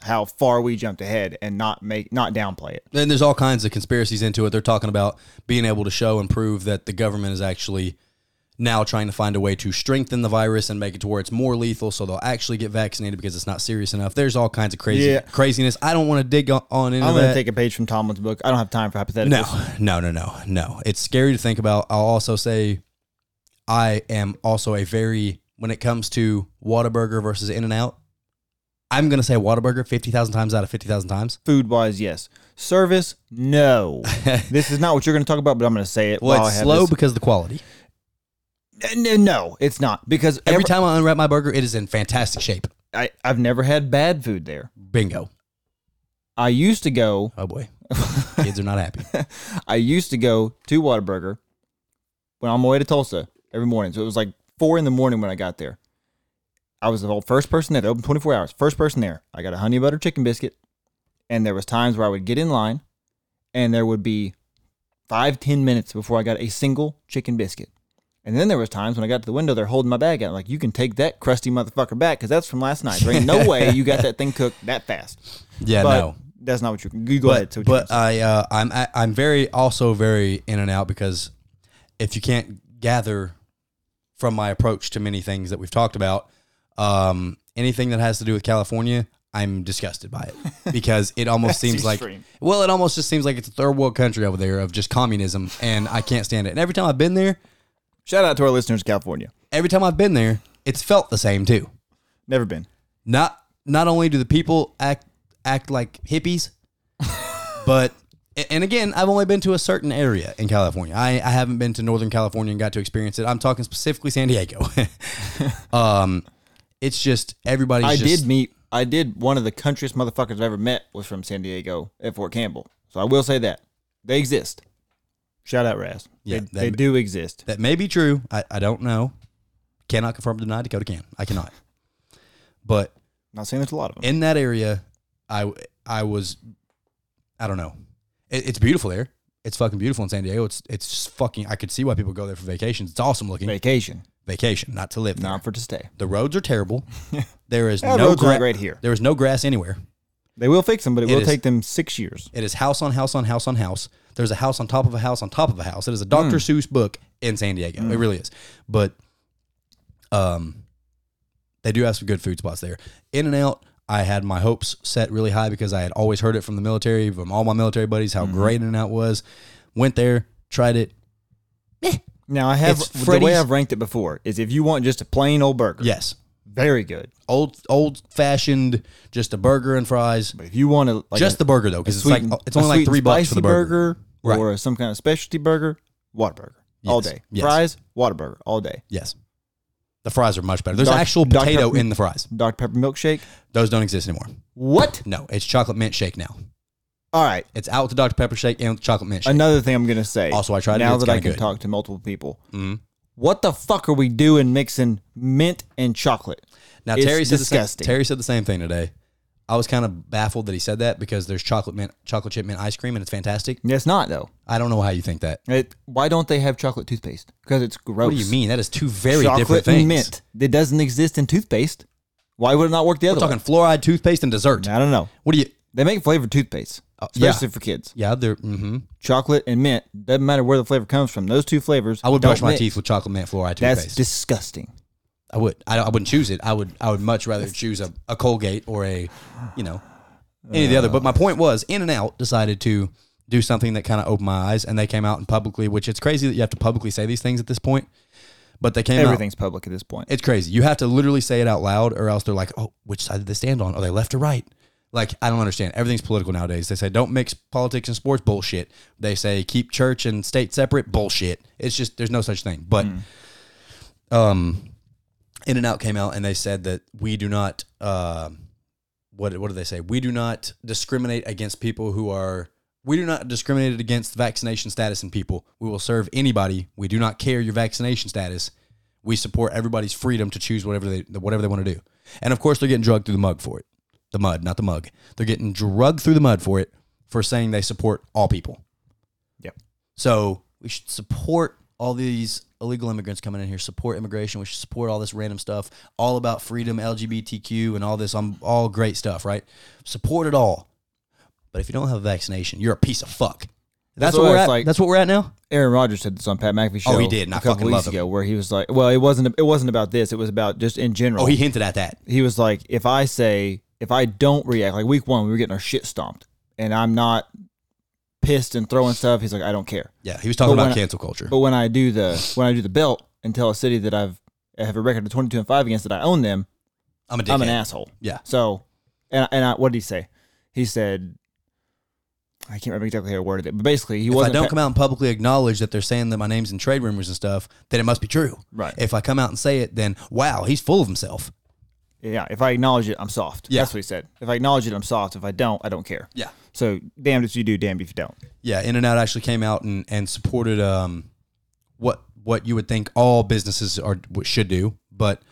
S1: how far we jumped ahead and not make not downplay it.
S2: and there's all kinds of conspiracies into it. They're talking about being able to show and prove that the government is actually now trying to find a way to strengthen the virus and make it to where it's more lethal, so they'll actually get vaccinated because it's not serious enough. There's all kinds of crazy
S1: Yeah.
S2: craziness. I don't want to dig on, on into
S1: I'm going to
S2: that.
S1: take a page from Tomlin's book. I don't have time for hypotheticals.
S2: No, no, no, no, no. It's scary to think about. I'll also say I am also a very when it comes to Whataburger versus In and Out, I'm gonna say Whataburger fifty thousand times out of fifty thousand times. [LAUGHS]
S1: food wise, yes. Service, no. this is not what you're going to talk about, but I'm going to say it.
S2: Well,
S1: while I
S2: it's
S1: have
S2: slow
S1: this.
S2: because of the quality.
S1: No, no, it's not because
S2: Every
S1: every time
S2: time I unwrap my burger, it is in fantastic shape.
S1: I, I've never had bad food there. [LAUGHS]
S2: Bingo.
S1: I used to go.
S2: Oh boy. Kids are
S1: [LAUGHS]
S2: not happy.
S1: I used to go to Whataburger when I'm on my way to Tulsa every morning. So it was like four in the morning when I got there. I was the whole first person that opened 24 hours. First person there. I got a honey butter chicken biscuit, and there was times where I would get in line, and there would be five ten minutes before I got a single chicken biscuit. And then there was times when I got to the window, they're holding my bag out. I'm like, you can take that crusty motherfucker back because that's from last night. There ain't no way you got that thing cooked that fast.
S2: Yeah,
S1: But
S2: no.
S1: that's not what you. You go ahead.
S2: But,
S1: So what you
S2: but I uh, I'm I, I'm very also very in and out because if you can't gather from my approach to many things that we've talked about, um, anything that has to do with California, I'm disgusted by
S1: [LAUGHS]
S2: it because it almost seems like
S1: extreme.
S2: well, it almost just seems like it's a third world country over there of just communism, and I can't stand it. And every time I've been there,
S1: Shout out to our listeners in California.
S2: every time I've been there, it's felt the same too.
S1: Never been.
S2: not not only do the people act act like
S1: [LAUGHS]
S2: hippies, but and again, I've only been to a certain area in California. I, I haven't been to Northern California and got to experience it. I'm talking specifically San
S1: [LAUGHS]
S2: Diego. [LAUGHS] um, it's just everybody's.
S1: I
S2: just,
S1: did meet. I did one of the countryest motherfuckers I've ever met was from San Diego at Fort Campbell. So I will say that they exist. Shout out Raz.
S2: Yeah,
S1: they,
S2: that-
S1: they do exist.
S2: That may be true. I, I don't know. Cannot confirm or deny. Dakota can. I cannot. But
S1: not saying there's a lot of them.
S2: in that area, I I was, I don't know. It, it's beautiful there. It's fucking beautiful in San Diego. It's it's just fucking. I could see why people go there for vacations. It's awesome looking
S1: Vacation,
S2: vacation, not to live. there.
S1: not for to stay.
S2: The roads
S1: [LAUGHS]
S2: are terrible. there is
S1: Yeah,
S2: no
S1: roads
S2: gra-
S1: aren't great here.
S2: There is no grass anywhere.
S1: They will fix them, but it,
S2: It
S1: will
S2: is-
S1: take them six years.
S2: It is house on house on house on house. There's a house on top of a house on top of a house. It is a
S1: Mm.
S2: Dr. Seuss book in San Diego. It really is. But um they do have some good food spots there. In and out, I had my hopes set really high because I had always heard it from the military, from all my military buddies,
S1: Mm-hmm.
S2: how great In and Out was. Went there, tried it.
S1: Now I have
S2: It's
S1: the way
S2: Freddy's-
S1: I've ranked it before is if you want just a plain old burger,
S2: Yes.
S1: very good.
S2: Old old fashioned, just a burger and fries.
S1: But if you want to like
S2: just the burger though, because it's like it's only like three bucks for the burger. Right.
S1: or some kind of specialty burger, Whataburger all
S2: Yes,
S1: day.
S2: yes.
S1: Fries, Whataburger all day.
S2: Yes. The fries are much better. There's
S1: Doc-
S2: actual
S1: Dr.
S2: potato in the fries.
S1: Dr Pepper milkshake.
S2: Those don't exist anymore.
S1: What?
S2: No, it's chocolate mint shake now.
S1: All right.
S2: It's out with the Dr. Pepper shake and with chocolate mint shake.
S1: Another thing I'm gonna say.
S2: Also, I tried it,
S1: now
S2: it's
S1: that I
S2: kinda
S1: can
S2: good.
S1: talk to multiple people.
S2: Mhm.
S1: What the fuck are we doing mixing mint and chocolate?
S2: Now
S1: It's
S2: Terry said The
S1: disgusting.
S2: same, Terry said the same thing today. I was kind of baffled that he said that because there's chocolate mint chocolate chip mint ice cream and it's fantastic.
S1: It's not though.
S2: I don't know how you think that.
S1: It, why don't they have chocolate toothpaste? Because it's gross.
S2: What do you mean? That is two very different
S1: chocolate
S2: things.
S1: and mint. It doesn't exist in toothpaste. Why would it not work the
S2: We're
S1: other way?
S2: talking fluoride toothpaste and dessert.
S1: I don't know.
S2: What do you?
S1: They make flavored toothpaste,
S2: Oh, yeah.
S1: especially for kids.
S2: Yeah, they're. Mm-hmm.
S1: Chocolate and mint doesn't matter where the flavor comes from. Those two flavors.
S2: I would
S1: don't
S2: brush my
S1: mix.
S2: teeth with chocolate mint fluoride
S1: That's
S2: toothpaste.
S1: disgusting.
S2: I would. I, don't- I wouldn't choose it. I would. I would much rather choose a, a Colgate or a, you know, any of the other. But my point was, In and Out decided to do something that kind of opened my eyes, and they came out and publicly, which it's crazy that you have to publicly say these things at this point. But they came out.
S1: Everything's public at this point.
S2: It's crazy. You have to literally say it out loud, or else they're like, "Oh, which side did they stand on? Are they left or right?" Like I don't understand. Everything's political nowadays. They say don't mix politics and sports. Bullshit. They say keep church and state separate. Bullshit. It's just there's no such thing. But, um, In and Out came out and they said that we do not. Uh, what what do they say? We do not discriminate against people who are. We do not discriminate against vaccination status in people. We will serve anybody. We do not care your vaccination status. We support everybody's freedom to choose whatever they whatever they want to do. And of course, they're getting drugged through the mug for it. The mud, not the mug. They're getting drugged through the mud for it for saying they support all people.
S1: Yep.
S2: So we should support all these illegal immigrants coming in here. Support immigration. We should support all this random stuff, all about freedom, LGBTQ, and all this. Um, all great stuff, right? Support it all. But if you don't have a vaccination, you're a piece of fuck.
S1: That's
S2: That's, what
S1: what
S2: we're
S1: it's
S2: at.
S1: like.
S2: That's what we're at now.
S1: Aaron Rodgers said this on Pat McAfee show.
S2: Oh, he did, and I
S1: a couple
S2: fucking
S1: weeks
S2: love him.
S1: ago, where he was like, "Well, it wasn't. It wasn't about this. It was about just in general."
S2: Oh, he hinted at that.
S1: he was like, if I say, if I don't react, like week one, we were getting our shit stomped, and I'm not pissed and throwing stuff. He's like, I don't care.
S2: Yeah, he was talking
S1: But
S2: about
S1: when I-
S2: cancel culture.
S1: But when I do the when I do the belt and tell a city that I've I have a record of 22 and five against that I own them,
S2: I'm a dickhead.
S1: I'm an asshole.
S2: Yeah.
S1: So, and and I, what did he say? He said, I can't remember exactly how he worded it, but basically he
S2: if I
S1: wasn't.
S2: don't
S1: pa-
S2: come out and publicly acknowledge that they're saying that my name's in trade rumors and stuff, then it must be true.
S1: Right.
S2: If I come out and say it, then wow, he's full of himself.
S1: yeah. If I acknowledge it, I'm soft.
S2: Yeah.
S1: That's what he said. If I acknowledge it, I'm soft. If I don't, I don't care.
S2: Yeah.
S1: So damned if you do, damned if you don't.
S2: Yeah. In and Out actually came out and, and supported um what what you would think all businesses are should do, but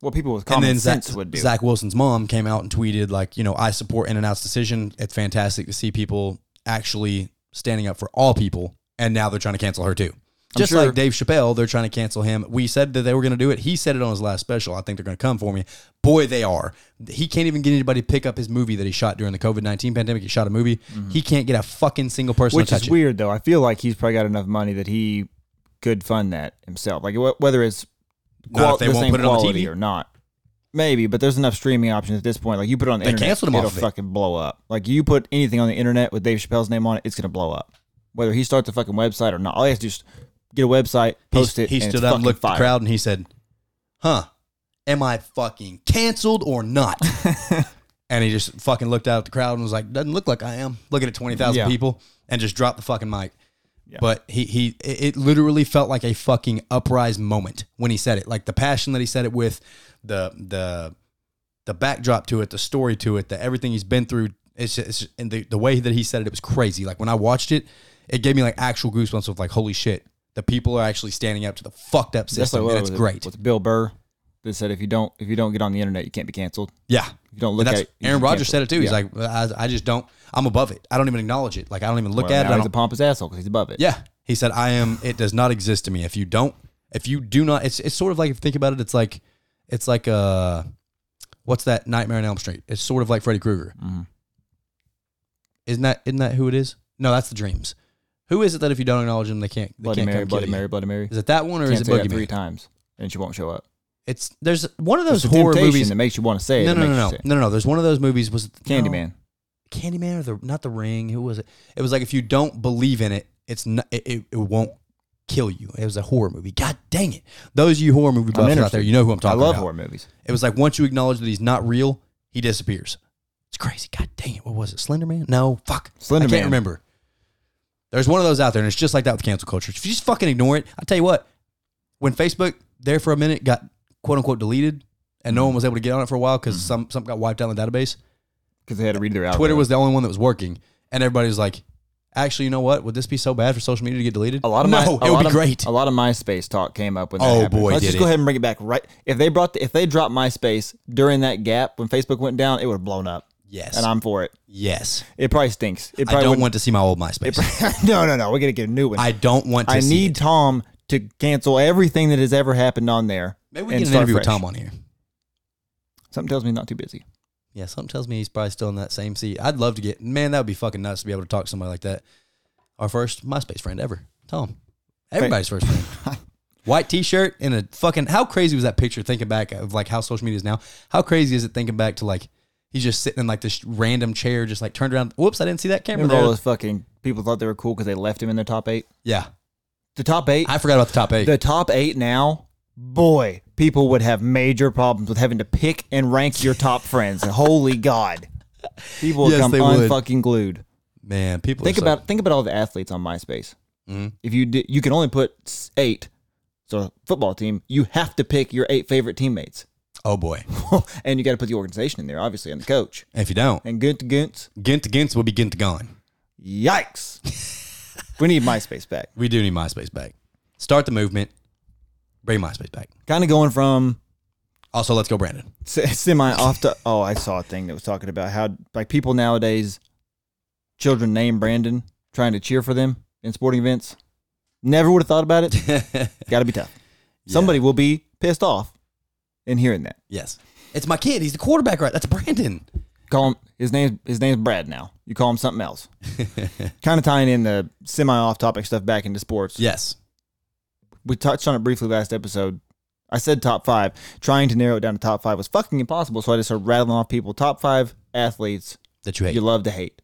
S1: What people with common
S2: and then
S1: sense
S2: Zach,
S1: would do.
S2: Zach Wilson's mom came out and tweeted like, you know, I support In and Out's decision. It's fantastic to see people actually standing up for all people, and now they're trying to cancel her too. Just
S1: sure-
S2: like Dave Chappelle, they're trying to cancel him. We said that they were going to do it. He said it on his last special. I think they're going to come for me. Boy, they are. He can't even get anybody to pick up his movie that he shot during the COVID nineteen pandemic. He shot a movie. He can't get a fucking single person
S1: Mm-hmm. Which
S2: to
S1: is
S2: touch it.
S1: weird, though. I feel like he's probably got enough money that he could fund that himself. Like wh- whether it's
S2: Not if they
S1: the
S2: won't
S1: same
S2: put it on the
S1: quality
S2: TV.
S1: or not, maybe. But there's enough streaming options at this point. Like you put it on the
S2: They
S1: internet,
S2: canceled him off
S1: it'll
S2: of it.
S1: fucking blow up. Like you put anything on the internet with Dave Chappelle's name on it, it's gonna blow up. Whether he starts a fucking website or not, all he has to do is get a website,
S2: He-
S1: post it.
S2: He
S1: and it's
S2: stood up
S1: fucking
S2: and looked at
S1: fire.
S2: the crowd and he said, "Huh, am I fucking canceled
S1: [LAUGHS]
S2: or not?" and he just fucking looked out at the crowd and was like, "Doesn't look like I am." Looking at twenty thousand
S1: Yeah.
S2: people and just dropped the fucking mic. But he he it it literally felt like a fucking uprise moment when he said it. Like the passion that he said it with, the the the backdrop to it, the story to it, the everything he's been through. It's just, it's just- and the, the way that he said it, it was crazy. Like when I watched it, it gave me like actual goosebumps of like, holy shit, the people are actually standing up to the fucked up system.
S1: what
S2: and
S1: was
S2: it's
S1: it?
S2: great.
S1: With Bill Burr, that said if you don't if you don't get on the internet, you can't be canceled.
S2: yeah.
S1: If you don't look
S2: And that's
S1: at it, you
S2: Aaron
S1: get
S2: Rodgers said
S1: canceled.
S2: it too. He's like, I, I just don't. I'm above it. I don't even acknowledge it. Like I don't even look
S1: Well,
S2: at it.
S1: now
S2: I
S1: he's
S2: don't
S1: a pompous asshole because he's above it.
S2: Yeah. He said, I am, it does not exist to me. If you don't, if you do not, it's, it's sort of like, if you think about it, it's like, it's like, uh, what's that Nightmare on Elm Street? It's sort of like Freddy Krueger.
S1: Mm-hmm.
S2: Isn't that, isn't that who it is? No, that's the dreams. Who is it that if you don't acknowledge them, they can't, they
S1: Bloody
S2: can't
S1: Mary,
S2: come
S1: Bloody
S2: kill you?
S1: Mary, Bloody Mary.
S2: Is it that one or
S1: Can't
S2: is it
S1: say that
S2: Boogie
S1: three
S2: Mary?
S1: times and she won't show up.
S2: It's, there's one of those
S1: It's a
S2: horror
S1: temptation
S2: movies.
S1: that makes you want to say it.
S2: No, no,
S1: it
S2: no,
S1: makes
S2: no,
S1: you
S2: no,
S1: sick.
S2: no, no, no. There's one of those movies was no.
S1: Candyman.
S2: Candyman or the not the Ring. Who was it? It was like if you don't believe in it, it's not, it, it, it won't kill you. It was a horror movie. God dang it! Those of you horror movie buffs out
S1: interested.
S2: there, you know who I'm
S1: I
S2: talking about.
S1: love horror movies.
S2: It was like once you acknowledge that he's not real, he disappears. It's crazy. God dang it! What was it? Slender Man? No, fuck.
S1: Slender
S2: I can't
S1: Man.
S2: remember. There's one of those out there, and it's just like that with cancel culture. If you just fucking ignore it, I tell you what. When Facebook there for a minute got quote unquote deleted, and
S1: Mm.
S2: no one was able to get on it for a while because some some got wiped out in the database.
S1: Because they had to read their algorithm.
S2: Twitter was the only one that was working, and everybody was like, "Actually, you know what? Would this be so bad for social media to get deleted?"
S1: a lot of
S2: no,
S1: my, a
S2: it would
S1: lot
S2: be
S1: of-
S2: great.
S1: A lot of MySpace talk came up when.
S2: Oh,
S1: that happened.
S2: boy,
S1: Let's
S2: did
S1: just
S2: it.
S1: go ahead and bring it back. Right, if they brought the, if they dropped MySpace during that gap when Facebook went down, it would have blown up.
S2: yes,
S1: And I'm for it.
S2: yes.
S1: It probably stinks. It
S2: I
S1: probably
S2: don't
S1: wouldn't-
S2: want to see my old
S1: [LAUGHS]
S2: MySpace.
S1: no, no, no. We're gonna get a new one. I,
S2: I don't want to. see
S1: need
S2: it.
S1: Tom to cancel everything that has ever happened on there.
S2: Maybe we
S1: and
S2: can get an
S1: start
S2: interview with
S1: fresh.
S2: Tom on here.
S1: Something tells me he's not too busy.
S2: Yeah, something tells me he's probably still in that same seat. I'd love to get. Man, that would be fucking nuts to be able to talk to somebody like that. Our first MySpace friend ever, Tom. Everybody's first friend.
S1: [LAUGHS]
S2: White T-shirt and a fucking. How crazy was that picture? Thinking back of like how social media is now. How crazy is it thinking back to like he's just sitting in like this random chair, just like turned around. Whoops, I didn't see that camera
S1: Remember all
S2: there.
S1: those fucking people thought they were cool because they left him in their top eight.
S2: Yeah,
S1: The top eight.
S2: I forgot about the top eight.
S1: the top eight now. Boy, people would have major problems with having to pick and rank your
S2: [LAUGHS]
S1: top friends. Holy God, people would
S2: Yes,
S1: come
S2: they would.
S1: unfucking glued.
S2: Man, people
S1: Think
S2: are so- Mm-hmm.
S1: about think about all the athletes on MySpace. If you did, you can only put s- eight. So a football team, you have to pick your eight favorite teammates, [LAUGHS]
S2: Oh boy,
S1: and you got to put the organization in there, obviously, and the coach.
S2: And if you don't,
S1: And Gunt Gunt,
S2: Gint to Gint will be Gint to gone.
S1: yikes!
S2: [LAUGHS]
S1: we need MySpace back.
S2: We do need MySpace back. Start the movement. Bring MySpace back.
S1: Kind of going from
S2: Also, let's go, Brandon.
S1: se- semi off to. Oh, I saw a thing that was talking about how like people nowadays, children name Brandon trying to cheer for them in sporting events. Never would have thought about it. got to be tough. Somebody will be pissed off in hearing that.
S2: Yes. It's my kid. He's the quarterback, right? That's Brandon.
S1: Call him his name. His name's Brad now. You call him something else. kind of tying in the semi off topic stuff back into sports.
S2: Yes.
S1: we touched on it briefly last episode. I said top five. Trying to narrow it down to top five was fucking impossible. So I just started rattling off people. Top five athletes
S2: That you hate.
S1: you love to hate.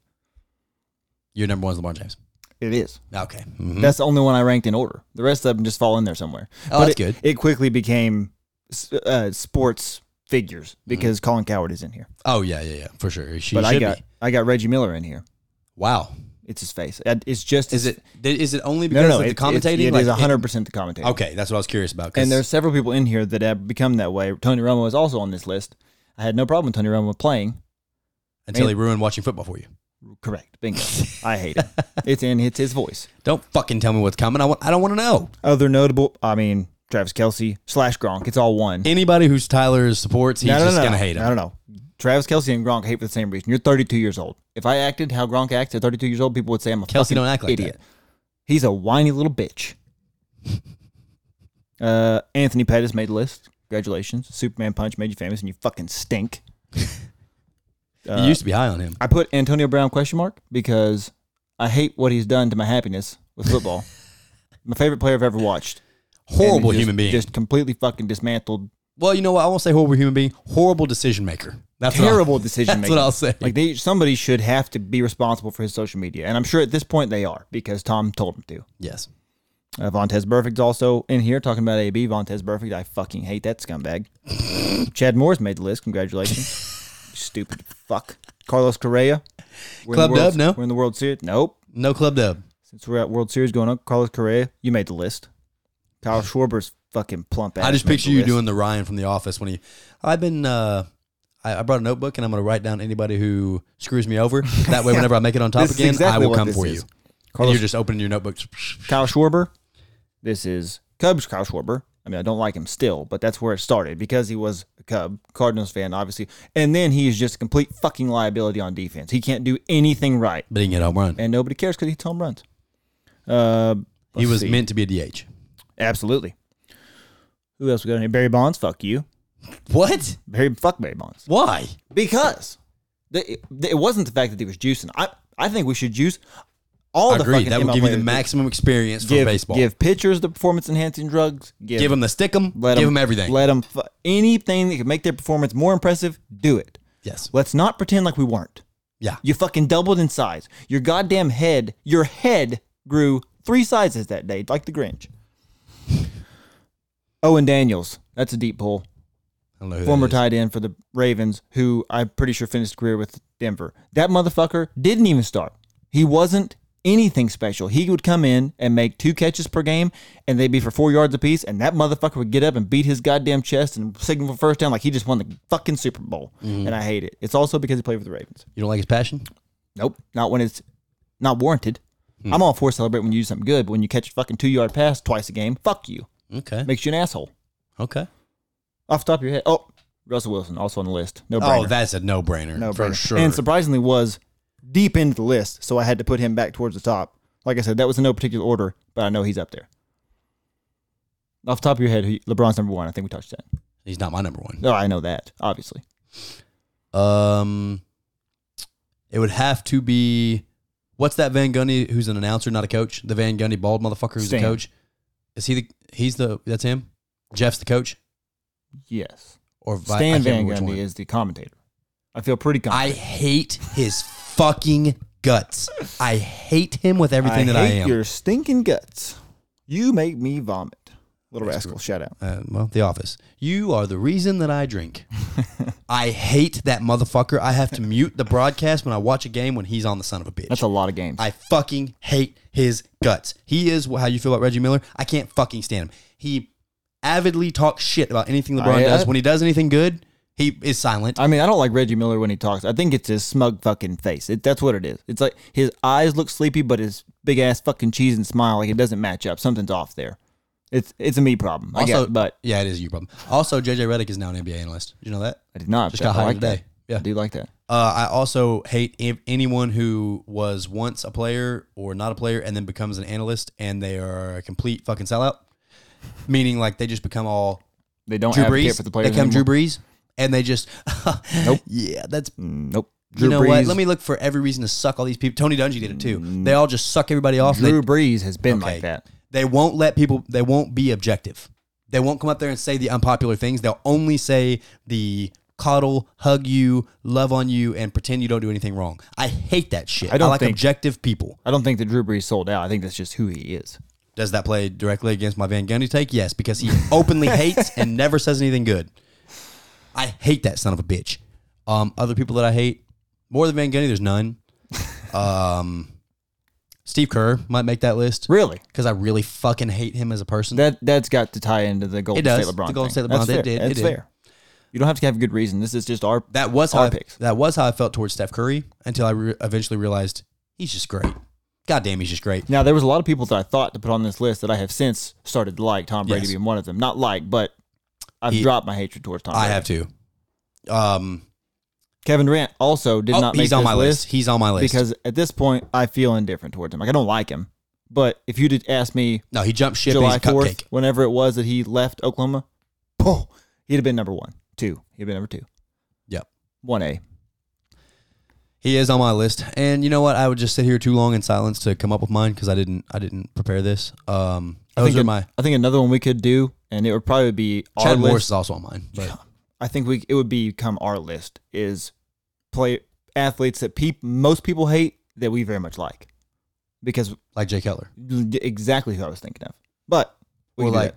S2: Your number one's LeBron James. Mm-hmm.
S1: It is.
S2: Okay.
S1: That's the only one I ranked in order. The rest of them just fall in there somewhere.
S2: Oh, that's
S1: it,
S2: good.
S1: It quickly became s- uh, sports figures because Colin Coward is in here.
S2: Oh, yeah, yeah, yeah. For sure. She
S1: But
S2: Mm-hmm. should
S1: I got
S2: be.
S1: I got Reggie Miller in here.
S2: Wow.
S1: It's his face. Uh, It's just
S2: Is it is it only
S1: no
S2: because
S1: no, no
S2: of the
S1: it-
S2: commentating?
S1: It, it
S2: Like, Oh,
S1: is hundred percent the commentating.
S2: okay, that's what I was curious about. 'cause-
S1: And there's several people in here that have become that way. Tony Romo is also on this list. I had no problem with Tony Romo playing.
S2: until he ruined watching football for you.
S1: Correct. Bingo. I hate
S2: [LAUGHS]
S1: it. It's in it's his voice.
S2: Don't fucking tell me what's coming. I want. I don't want to know.
S1: Other notable I mean, Travis Kelsey slash Gronk. It's all one.
S2: Anybody who's Tyler supports, he's just gonna hate
S1: I
S2: him.
S1: don't know. Travis Kelsey and Gronk hate for the same reason. You're 32 years old. If I acted how Gronk acts at 32 years old, people would say I'm a
S2: Kelsey
S1: fucking
S2: don't act like
S1: idiot. He's a whiny little
S2: [LAUGHS]
S1: bitch. Uh, Anthony Pettis made the list. Congratulations. Superman Punch made you famous and you fucking stink.
S2: that. you used to be high on him.
S1: I put Antonio Brown question mark because I hate what he's done to my happiness with
S2: [LAUGHS]
S1: football. my favorite player I've ever watched. And
S2: Horrible
S1: just-
S2: human being.
S1: Just completely fucking dismantled.
S2: well, you know what? I won't say horrible human being. Horrible decision maker. That's what I'll-
S1: terrible decision
S2: [LAUGHS] That's
S1: making.
S2: what I'll say.
S1: Like they, somebody should have to be responsible for his social media, and I'm sure at this point they are because Tom told him to.
S2: yes.
S1: Uh, Vontez Burfict's also in here talking about AB. Vontez Burfict, I fucking hate that
S2: [LAUGHS]
S1: scumbag. Chad Moore's made the list. Congratulations, stupid fuck. Carlos Correa. We're in
S2: Club
S1: the World-
S2: dub, no?
S1: We're in the World Series. Nope.
S2: No club dub.
S1: Since we're at World Series going on, Carlos Correa, you made the list.
S2: [LAUGHS]
S1: Kyle Schwarber's fucking plump ass.
S2: I just
S1: made the
S2: picture you
S1: list.
S2: doing the Ryan from The Office when he. I've been. Uh, I, I brought a
S1: [LAUGHS]
S2: notebook and I'm going to write down anybody who screws me over. That way, whenever I make it on top
S1: This is
S2: again, I
S1: exactly
S2: will
S1: what
S2: come
S1: this
S2: for
S1: is.
S2: you. And
S1: Carlos
S2: you're just opening your notebooks.
S1: Kyle Schwarber. This is Cubs Kyle Schwarber. I mean, I don't like him still, but that's where it started because he was a Cub, Cardinals fan, obviously. And then he is just a complete fucking liability on defense. He can't do anything right,
S2: But he can get home run.
S1: and nobody cares because he home runs. Uh,
S2: He
S1: let's
S2: was
S1: see.
S2: meant to be a DH.
S1: absolutely. Who else we got in here? Barry Bonds. Fuck you,
S2: What?
S1: Barry. Fuck Barry Bonds.
S2: Why?
S1: Because the, the- it wasn't the fact that he was juicing. I I think we should juice all
S2: I
S1: the
S2: agree.
S1: fucking
S2: That
S1: MLB
S2: would give you the
S1: players.
S2: maximum experience for
S1: give,
S2: baseball. Give,
S1: Give pitchers the performance enhancing drugs. Give,
S2: him the stick 'em.
S1: Let
S2: give
S1: 'em-
S2: him everything.
S1: Let them f- anything that can make their performance more impressive. Do it.
S2: yes.
S1: Let's not pretend like we weren't.
S2: Yeah.
S1: You fucking doubled in size. Your goddamn head, your head grew three sizes that day, like the Grinch. Owen Daniels, that's a deep pull.
S2: I don't know who that
S1: Former
S2: is.
S1: tight end for the Ravens, who I'm pretty sure finished career with Denver. That motherfucker didn't even start. He wasn't anything special. He would come in and make two catches per game, and they'd be for four yards apiece. And that motherfucker would get up and beat his goddamn chest and signal for first down like he just won the fucking Super Bowl. And I hate it. It's also because he played for the Ravens.
S2: You don't like his passion?
S1: Nope, not when it's not warranted. I'm all for celebrating when you do something good. But when you catch a fucking two yard pass twice a game, fuck you.
S2: Okay.
S1: Makes you an asshole.
S2: Okay.
S1: Off the top of your head. Oh, Russell Wilson also on the list. No brainer.
S2: Oh, that's a no-brainer
S1: no
S2: for
S1: brainer.
S2: sure.
S1: And surprisingly, was deep into the list, so I had to put him back towards the top. Like I said, that was in no particular order, but I know he's up there. Off the top of your head, who- LeBron's number one. I think we touched that.
S2: He's not my number one.
S1: No, I know that obviously.
S2: Um, it would have to be what's that Van Gundy who's an announcer, not a coach? The Van Gundy bald motherfucker who's
S1: Stan.
S2: a coach. Is he the? He's the. That's him. Jeff's the coach.
S1: Yes,
S2: Or Vi-
S1: Stan
S2: I can't
S1: Van
S2: remember which
S1: Gundy
S2: one.
S1: is the commentator. I feel pretty
S2: I
S1: confident.
S2: hate his fucking guts. I hate him with everything that I
S1: hate
S2: am.
S1: Your stinking guts. You make me vomit. Little
S2: That's
S1: rascal. Shout out.
S2: uh, well, The Office. You are the reason that
S1: [LAUGHS]
S2: I drink. I hate that motherfucker. I have to mute the broadcast when I watch a game when he's on the son of a bitch.
S1: That's a lot of games.
S2: I fucking hate his guts. He is wh- how you feel about Reggie Miller. I can't fucking stand him. He avidly talks shit about anything LeBron
S1: I-
S2: does.
S1: I-
S2: When he does anything good, he is silent.
S1: I mean, I don't like Reggie Miller when he talks. I think it's his smug fucking face. It, that's what it is. It's like his eyes look sleepy, but his big ass fucking cheese and smile like it doesn't match up. Something's off there. It's it's a me problem. I
S2: Also,
S1: guess, but
S2: yeah, it is your problem. Also, JJ Redick is now an NBA analyst. Did you know that?
S1: I did not.
S2: Just
S1: but
S2: got
S1: I
S2: hired
S1: like
S2: today.
S1: That.
S2: Yeah.
S1: I do like that.
S2: Uh, I also hate if anyone who was once a player or not a player and then becomes an analyst and they are a complete fucking sellout. Meaning, like they just become all
S1: They don't
S2: Drew
S1: advocate
S2: Brees.
S1: for the
S2: they
S1: players.
S2: become Drew
S1: anymore.
S2: Brees, and they just [LAUGHS]
S1: Nope.
S2: Yeah, that's
S1: Mm, Nope. Drew
S2: you know
S1: Brees. Mm.
S2: what? Let me look for every reason to suck all these people. Tony Dungy did it too. They all just suck everybody off. and
S1: Drew Brees has been
S2: Okay.
S1: like that.
S2: They, they won't let people. They won't be objective. They won't come up there and say the unpopular things. They'll only say the coddle, hug you, love on you, and pretend you don't do anything wrong. I hate that shit.
S1: I
S2: I,
S1: don't
S2: like
S1: think-
S2: objective people.
S1: I don't think that Drew Brees sold out. I think that's just who he is.
S2: Does that play directly against my Van Gundy take? Yes, because he [LAUGHS] openly hates and never says anything good. I hate that son of a bitch. Um, other people that I hate more than Van Gundy,
S1: [LAUGHS]
S2: there's none. Um, Steve Kerr might make that list
S1: Really?
S2: because I really fucking hate him as a person.
S1: That that's got to tie into the Golden
S2: does.
S1: State LeBron.
S2: The Golden
S1: thing.
S2: State
S1: That's
S2: LeBron, it
S1: fair.
S2: did, it
S1: That's
S2: did.
S1: fair. You don't have to have a good reason. This is just our
S2: that was how
S1: Our
S2: I,
S1: picks.
S2: that was how I felt towards Steph Curry until I re- eventually realized he's just great. God damn, he's just great.
S1: Now there was a lot of people that I thought to put on this list that I have since started to like. Tom Brady
S2: Yes.
S1: being one of them. Not like, but I've
S2: He-
S1: dropped my hatred towards Tom.
S2: I
S1: Brady.
S2: have to. Um,
S1: Kevin Durant also did
S2: oh,
S1: not make
S2: he's on
S1: this
S2: my list. He's on my list
S1: because at this point I feel indifferent towards him. Like I don't like him, but if you did ask me
S2: no, he jumped ship. and
S1: July
S2: He's a cupcake.
S1: fourth, whenever it was that he left Oklahoma, oh, he'd have been number one, two. He'd have been number two.
S2: Yep.
S1: one A.
S2: He is on my list, and you know what? I would just sit here too long in silence to come up with mine because I didn't. I didn't prepare this. Um, those
S1: think
S2: are
S1: an-
S2: my.
S1: I think another one we could do, and it would probably be our
S2: Chad
S1: list.
S2: Morris is also on mine. But
S1: I think we it would become our list is play athletes that peop, most people hate that we very much like because
S2: like Jay Cutler,
S1: exactly who I was thinking of. But we
S2: Or
S1: can do
S2: like-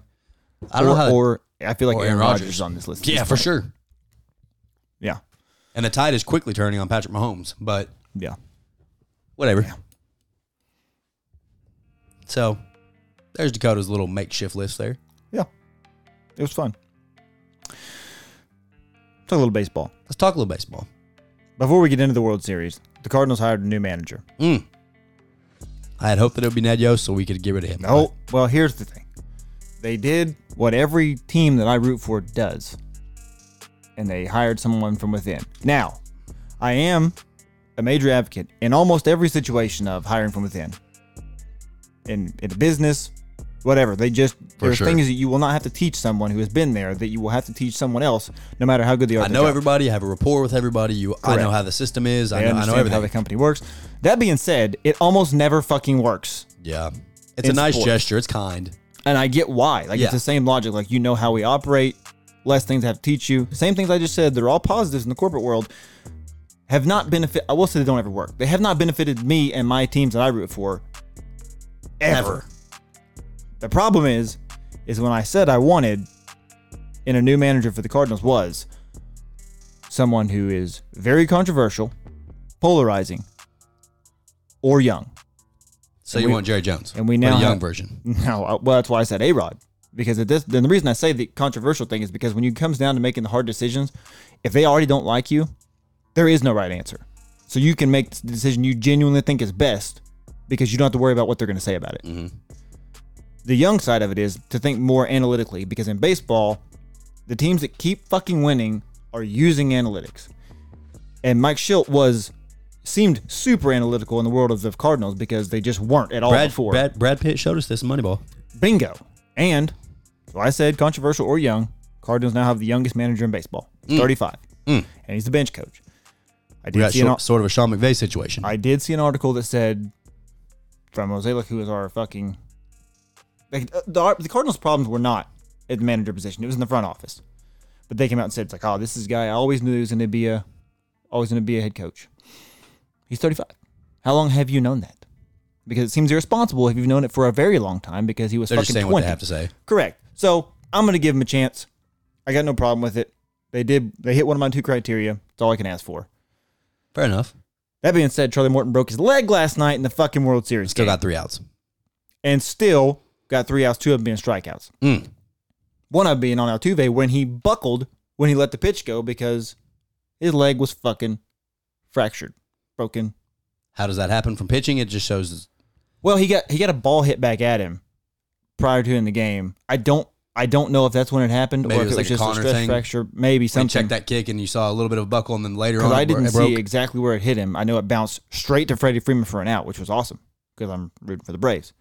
S1: that.
S2: I don't
S1: or,
S2: know how. to-
S1: or I feel like
S2: or
S1: Aaron
S2: Aaron
S1: Rodgers
S2: Rodgers.
S1: is on this list. at
S2: [LAUGHS] yeah,
S1: this
S2: for
S1: point.
S2: sure.
S1: Yeah,
S2: And the tide is quickly turning on Patrick Mahomes, but
S1: yeah.
S2: whatever. So, there's Dakota's little makeshift list there.
S1: It was fun. Talk a little baseball
S2: Let's talk a little baseball.
S1: before we get into the World Series. The Cardinals hired a new manager.
S2: Mm. I had hoped that it would be Ned Yost so we could get rid of him.
S1: No. Well, here's the thing. They did what every team that I root for does. And they hired someone from within. Now, I am a major advocate in almost every situation of hiring from within. In in a business, whatever. They just there's
S2: sure.
S1: things that you will not have to teach someone who has been there that you will have to teach someone else, no matter how good they are.
S2: I
S1: at their
S2: know
S1: job.
S2: everybody. I have a rapport with everybody. You, I know
S1: Correct.
S2: how the system is. I
S1: They
S2: know, I know
S1: understand how
S2: everything.
S1: the company works. That being said, it almost never fucking works.
S2: yeah, it's a
S1: in
S2: nice
S1: sports.
S2: gesture. It's kind.
S1: And I get why. Like
S2: Yeah.
S1: it's the same logic. Like you know how we operate, less things I have to teach you. Same things I just said. They're all positives in the corporate world. Have not benefit. I will say they don't ever work. They have not benefited me and my teams that I root for. Ever.
S2: Ever.
S1: The problem is, is when I said I wanted in a new manager for the Cardinals was someone who is very controversial, polarizing, or young.
S2: So
S1: And
S2: you
S1: we-
S2: want Jerry Jones?
S1: and we
S2: But
S1: now
S2: a young
S1: have-
S2: version.
S1: [LAUGHS] No, I- well, that's why I said A Rod. Because it does, then the reason I say the controversial thing is because when it comes down to making the hard decisions, if they already don't like you, there is no right answer. So you can make the decision you genuinely think is best because you don't have to worry about what they're going to say about it.
S2: Mm-hmm.
S1: The young side of it is to think more analytically because in baseball, the teams that keep fucking winning are using analytics. And Mike Schilt was seemed super analytical in the world of the Cardinals because they just weren't at all
S2: Brad,
S1: before.
S2: Brad Brad Pitt showed us this in Moneyball.
S1: Bingo. And so I said controversial or young, Cardinals now have the youngest manager in baseball, 35. And he's the bench coach. I
S2: We
S1: did,
S2: Mm. got
S1: see an,
S2: short, sort of a Sean McVay situation.
S1: I did see an article that said from Mosaic, who is our fucking. Like, uh, the, the Cardinals' problems were not at the manager position, it was in the front office. But they came out and said, it's like, oh, this is a guy I always knew he was going to be a, always going to be a head coach. He's 35. How long have you known that? Because it seems irresponsible if you've known it for a very long time because he was
S2: They're
S1: fucking
S2: just saying
S1: 20.
S2: what they have to say.
S1: Correct. So I'm gonna give him a chance. I got no problem with it. They did. They hit one of my two criteria. That's all I can ask for.
S2: Fair enough.
S1: That being said, Charlie Morton broke his leg last night in the fucking World Series
S2: Still
S1: game,
S2: got three outs.
S1: and still got three outs, two of them being strikeouts.
S2: Mm.
S1: One of them being on Altuve when he buckled when he let the pitch go because his leg was fucking fractured, broken.
S2: How does that happen from pitching? It just shows.
S1: Well, he got he got a ball hit back at him prior to in the game. I don't I don't know if that's when it happened
S2: Maybe
S1: or
S2: it
S1: if
S2: was like a
S1: just
S2: Connor
S1: a stress
S2: thing.
S1: fracture, maybe
S2: They
S1: something.
S2: checked that kick, and you saw a little bit of a buckle, and then later on,
S1: because I
S2: it bro-
S1: didn't
S2: it broke.
S1: see exactly where it hit him. I know it bounced straight to Freddie Freeman for an out, which was awesome because I'm rooting for the Braves.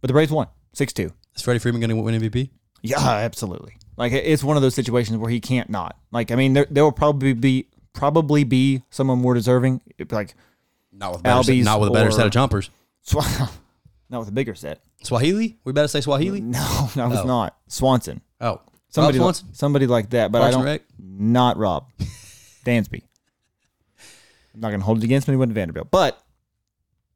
S1: But the Braves won 6 2.
S2: Is Freddie Freeman going to win MVP?
S1: Yeah, absolutely. Like it- it's one of those situations where he can't not. Like I mean, there, there will probably be probably be someone more deserving. Like
S2: Not with better,
S1: Albies
S2: not with a better
S1: or-
S2: set of jumpers.
S1: Swan, [LAUGHS] not with a bigger set.
S2: Swahili? We better say Swahili.
S1: No, [LAUGHS] I was
S2: Oh.
S1: not Swanson.
S2: Oh,
S1: Mm-hmm. Somebody,
S2: Rob
S1: like,
S2: Swanson?
S1: somebody like that. But
S2: Parks
S1: I
S2: and
S1: don't.
S2: Rec?
S1: Not Rob. Dansby. I'm not going to hold it against him. He went to Vanderbilt, but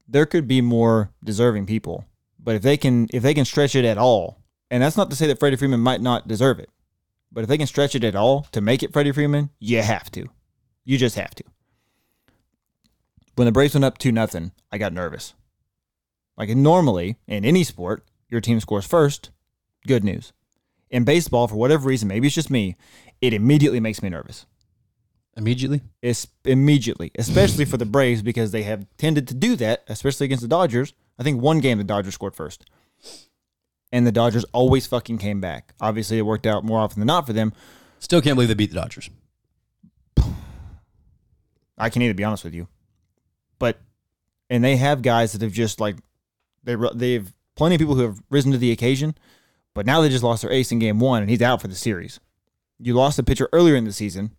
S1: there could be more deserving people. But if they can, if they can stretch it at all, and that's not to say that Freddie Freeman might not deserve it, but if they can stretch it at all to make it Freddie Freeman, you have to. You just have to. When the Braves went up two nothing, I got nervous. Like normally in any sport, your team scores first. Good news. In baseball, for whatever reason, maybe it's just me, it immediately makes me nervous.
S2: immediately.
S1: It's immediately, especially for the Braves because they have tended to do that, especially against the Dodgers. I think one game the Dodgers scored first, and the Dodgers always fucking came back. Obviously, it worked out more often than not for them.
S2: Still can't believe they beat the Dodgers.
S1: I can either be honest with you, but and they have guys that have just like they ru- they've plenty of people who have risen to the occasion, but now they just lost their ace in game one and he's out for the series. You lost a pitcher earlier in the season.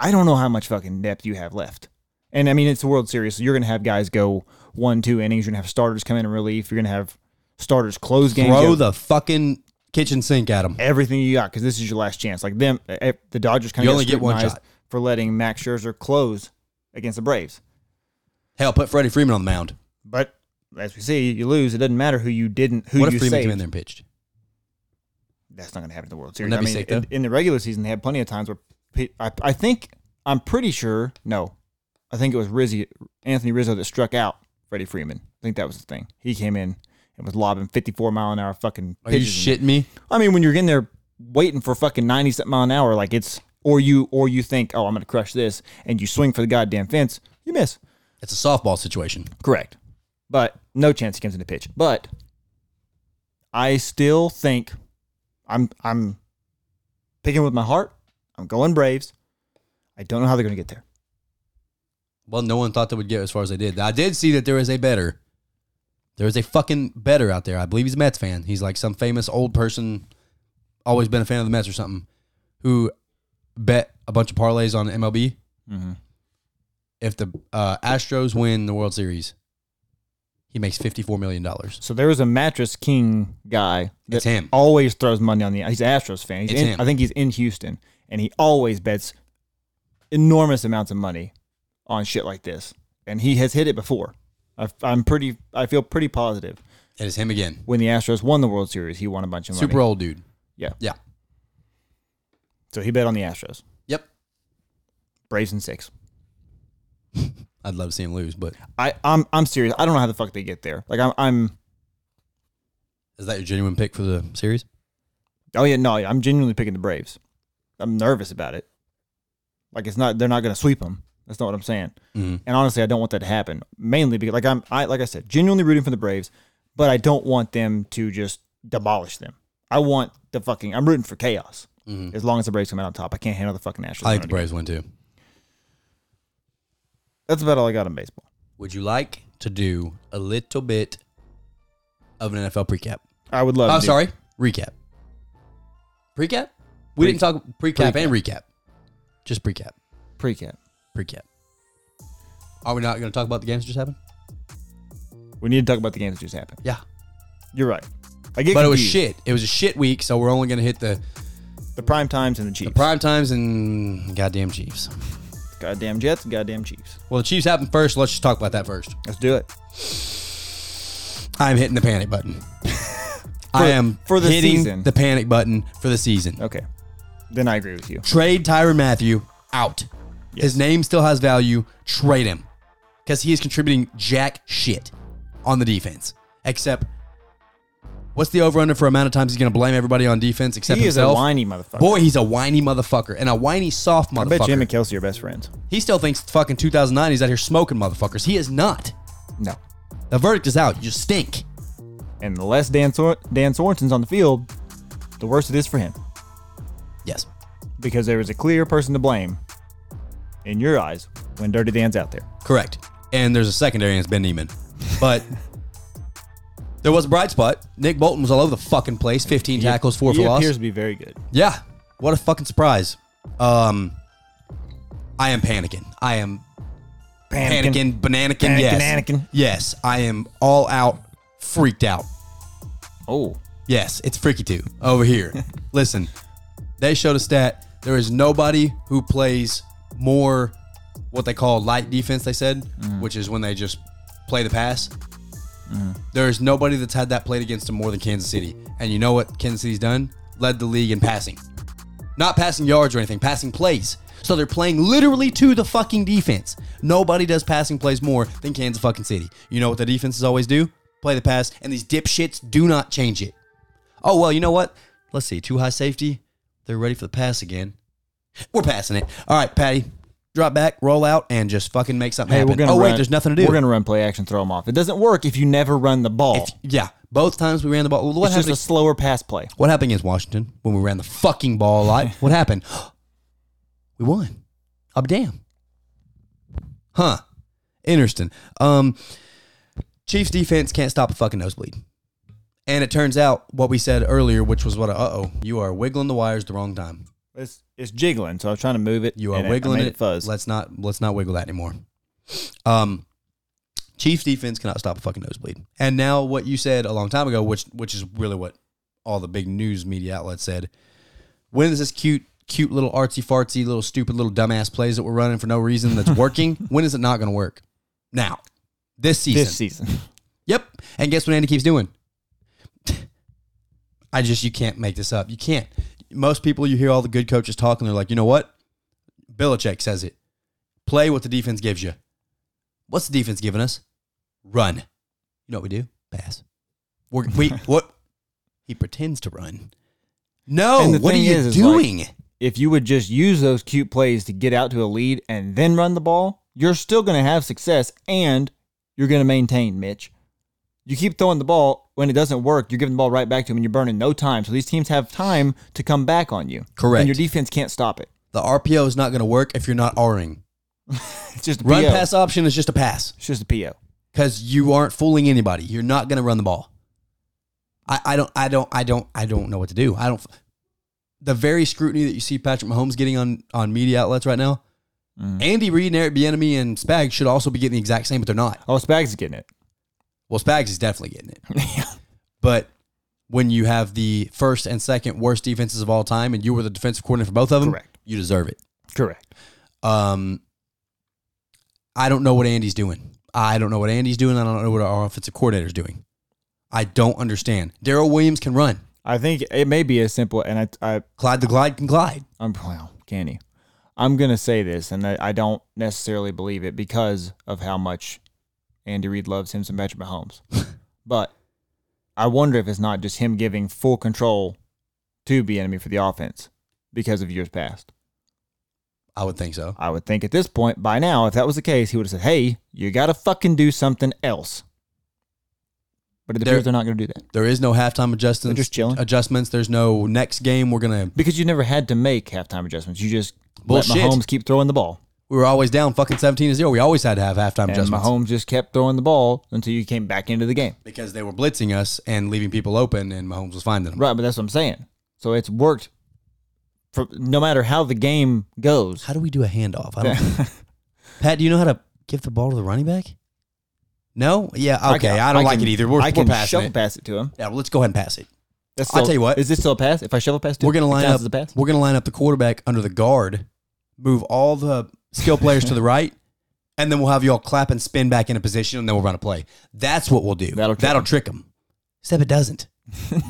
S1: I don't know how much fucking depth you have left. And I mean, it's the World Series, so you're going to have guys go one, two innings. You're going to have starters come in in relief. You're going to have starters close games. You
S2: Throw
S1: have-
S2: the fucking kitchen sink at them.
S1: everything you got because this is your last chance. Like them, eh, the Dodgers kind
S2: You
S1: of
S2: only get one shot.
S1: for letting Max Scherzer close against the Braves.
S2: Hell, put Freddie Freeman on the mound.
S1: But as we see, you lose. It doesn't matter who you didn't, who
S2: what
S1: you
S2: if Freeman
S1: saved.
S2: came in there and pitched?
S1: That's not going to happen in the World Series.
S2: Wouldn't that
S1: I
S2: be
S1: mean,
S2: sick,
S1: in,
S2: though?
S1: in the regular season, they had plenty of times where pe- I, I think I'm pretty sure. No, I think it was Rizzi, Anthony Rizzo that struck out Freddie Freeman. I think that was the thing. He came in and was lobbing 54 mile an hour fucking.
S2: Are you
S1: pitches and-
S2: shitting me?
S1: I mean, when you're in there waiting for fucking ninety something mile an hour, like it's or you or you think, oh, I'm gonna crush this, and you swing for the goddamn fence, you miss.
S2: It's a softball situation.
S1: Correct. But No chance he comes in to pitch. But I still think I'm I'm picking with my heart. I'm going Braves. I don't know how they're going to get there.
S2: Well, no one thought they would get as far as they did. I did see that there is a better. There is a fucking better out there. I believe he's a Mets fan. He's like some famous old person, always been a fan of the Mets or something, who bet a bunch of parlays on MLB. Mm-hmm.
S1: Mhm.
S2: If the uh, Astros win the World Series, he makes $54 million.
S1: So there was a mattress king guy that
S2: It's him.
S1: always throws money on the. He's an Astros fan. He's
S2: It's
S1: in,
S2: him.
S1: I think he's in Houston, and he always bets enormous amounts of money on shit like this. And he has hit it before. i I'm pretty. I feel pretty positive.
S2: It is him again.
S1: When the Astros won the World Series, he won a bunch of money.
S2: Super old dude.
S1: Yeah.
S2: Yeah.
S1: So he bet on the Astros,
S2: Yep.
S1: Braves in six.
S2: I'd love to see him lose, but
S1: I, I'm I'm serious. I don't know how the fuck they get there. Like I'm I'm
S2: is that your genuine pick for the series?
S1: oh yeah no I'm genuinely picking the Braves. I'm nervous about it. Like it's not they're not gonna sweep them. That's not what I'm saying.
S2: Mhm.
S1: And honestly, I don't want that to happen. Mainly because like I'm I like I said genuinely rooting for the Braves, but I don't want them to just demolish them. I want the fucking I'm rooting for chaos. As long as the Braves come out on top, I can't handle the fucking Astros.
S2: Mm-hmm. I think the
S1: winning.
S2: Braves win too.
S1: That's about all I got on baseball.
S2: Would you like to do a little bit of an NFL precap?
S1: I would love.
S2: Oh,
S1: to do-
S2: sorry, recap. Precap? We
S1: Pre-
S2: didn't talk precap and recap. Just precap.
S1: Pre-cap.
S2: Precap. Are we not going to talk about the games that just happened?
S1: We need to talk about the game that just happened.
S2: Yeah,
S1: You're right. I get
S2: but it was
S1: confused.
S2: shit. It was a shit week, so we're only going to hit the
S1: The prime times and the Chiefs.
S2: prime times and goddamn Chiefs.
S1: goddamn Jets, goddamn Chiefs.
S2: Well, the Chiefs happened first. Let's just talk about that first.
S1: Let's do it.
S2: I'm hitting the panic [LAUGHS] button. I am
S1: for the
S2: hitting
S1: season.
S2: the panic button for the season.
S1: Okay. Then I agree with you.
S2: Trade Tyron Matthew out. His name still has value. Trade him because he is contributing jack shit on the defense. Except, what's the over under for amount of times he's going to blame everybody on defense except
S1: He is a
S2: himself?
S1: whiny motherfucker.
S2: Boy, he's a whiny motherfucker and a whiny soft
S1: I bet
S2: motherfucker.
S1: Jim and Kelsey are best friends.
S2: he still thinks fucking 2009 he's out here smoking motherfuckers. He is not.
S1: No.
S2: The verdict is out. You stink.
S1: And the less Dan, Sor- Dan Sorensen's on the field, the worse it is for him
S2: Yes.
S1: because there is a clear person to blame in your eyes when Dirty Dan's out there.
S2: Correct. And there's a secondary, and it's Ben Neiman. But [LAUGHS] there was a bright spot. Nick Bolton was all over the fucking place. 15 tackles, four
S1: he
S2: for loss.
S1: appears to be very good.
S2: Yeah. What a fucking surprise. Um, I am panicking. I am panicking, bananakin.
S1: Panicking,
S2: yes.
S1: anakin.
S2: Yes. I am all out, freaked out.
S1: Oh.
S2: Yes, it's freaky too
S1: [LAUGHS]
S2: over here. Listen, they showed a stat. There is nobody who plays more what they call light defense. They said,
S1: Mm.
S2: which is when they just play the pass. There is nobody that's had that played against them more than Kansas City. And you know what Kansas City's done? Led the league in passing, not passing yards or anything, passing plays. So they're playing literally to the fucking defense. Nobody does passing plays more than Kansas fucking City. You know what the defenses always do? Play the pass, and these dipshits do not change it. Oh, well, you know what? Let's see. Too high safety. They're ready for the pass again. We're passing it. All right, Patty. Drop back, roll out, and just fucking make something
S1: Hey,
S2: happen.
S1: we're gonna
S2: oh, wait,
S1: run-
S2: there's nothing to do.
S1: We're going to run play action, throw him off. It doesn't work if you never run the ball.
S2: If- yeah, both times we ran the ball. Well, What
S1: it's just
S2: happened?
S1: a slower pass play.
S2: what happened against Washington when we ran the fucking ball a lot? what happened? [GASPS] we won. Up damn. Huh. Interesting. Um, Chiefs defense can't stop a fucking nosebleed. And it turns out what we said earlier, which was what a uh oh, you are wiggling the wires the wrong time.
S1: It's it's jiggling, so I was trying to move it.
S2: You are
S1: and I
S2: wiggling
S1: made
S2: it.
S1: fuzz.
S2: Let's not let's not wiggle that anymore. Um, Chiefs defense cannot stop a fucking nosebleed. And now what you said a long time ago, which which is really what all the big news media outlets said. When is this cute cute little artsy fartsy little stupid little dumbass plays that we're running for no reason that's
S1: [LAUGHS]
S2: working? when is it not going to work? Now, this season.
S1: this season.
S2: Yep. And guess what Andy keeps doing? [LAUGHS] I just you can't make this up. You can't. Most people you hear all the good coaches talking, they're like, you know what? Belichick says it. Play what the defense gives you. What's the defense giving us? Run. You know what we do? Pass. We're,
S1: [LAUGHS]
S2: we what? He pretends to run. No.
S1: And the
S2: What are
S1: thing
S2: you
S1: is, is like-
S2: doing?
S1: if you would just use those cute plays to get out to a lead and then run the ball, you're still going to have success and you're going to maintain, Mitch. You keep throwing the ball when it doesn't work. You're giving the ball right back to them, and you're burning no time. So these teams have time to come back on you.
S2: Correct.
S1: And your defense can't stop it. [LAUGHS]
S2: The RPO is not going to work if you're not Ring.
S1: It's just a
S2: Run
S1: PO.
S2: pass option is just a pass
S1: It's just a PO.
S2: because you aren't fooling anybody. You're not going to run the ball. I, I don't I don't I don't I don't know what to do. I don't. The very scrutiny that you see Patrick Mahomes getting on on media outlets right now, Andy Reid and Eric Bieniemy and Spags should also be getting the exact same, but they're not.
S1: Oh, Spags is getting it.
S2: Well, Spags is definitely getting it. But when you have the first and second worst defenses of all time, and you were the defensive coordinator for both of them,
S1: Correct.
S2: you deserve it.
S1: Correct.
S2: Um, I don't know what Andy's doing. I don't know what Andy's doing. I don't know what our offensive coordinator's doing. I don't understand. Daryl Williams can run.
S1: I think it may be as simple, and I, I
S2: Clyde the Glide can glide.
S1: I'm well, can he? I'm gonna say this, and I, I don't necessarily believe it because of how much Andy Reid loves him some Patrick
S2: [LAUGHS]
S1: Mahomes. but I wonder if it's not just him giving full control to be enemy for the offense because of years past.
S2: I would think so.
S1: I would think at this point, by now, if that was the case, he would have said, "Hey, you gotta fucking do something else." But it
S2: They're-
S1: appears they're not gonna do that
S2: There is no halftime adjustments.
S1: They're just chilling.
S2: Adjustments. There's no next game. We're gonna.
S1: because you never had to make halftime adjustments. You just
S2: Bullshit.
S1: let Mahomes keep throwing the ball.
S2: We were always down fucking seventeen to zero. We always had to have halftime
S1: and
S2: adjustments
S1: Mahomes just kept throwing the ball until you came back into the game.
S2: because they were blitzing us and leaving people open, and Mahomes was finding them.
S1: Right, but that's what I'm saying. So it's worked for no matter how the game goes.
S2: How do we do a handoff?
S1: [LAUGHS]
S2: I don't. Pat, do you know how to give the ball to the running back? No. Yeah. Okay. I,
S1: can-
S2: don't like
S1: can-
S2: it either. We're,
S1: I
S2: we're
S1: can
S2: passing
S1: shovel
S2: it.
S1: pass it to him.
S2: Yeah. well, let's go ahead and pass it.
S1: That's
S2: I'll tell you what.
S1: Is this still a pass? If I shovel pass, to
S2: We're gonna
S1: it
S2: line
S1: counts
S2: up.
S1: as a pass.
S2: We're gonna line up the quarterback under the guard, move all the skill
S1: [LAUGHS]
S2: players to the right, and then we'll have you all clap and spin back into position, and then we'll run a play. That's what we'll do.
S1: That'll trick
S2: That'll
S1: them.
S2: trick them. Except
S1: [LAUGHS]
S2: it doesn't.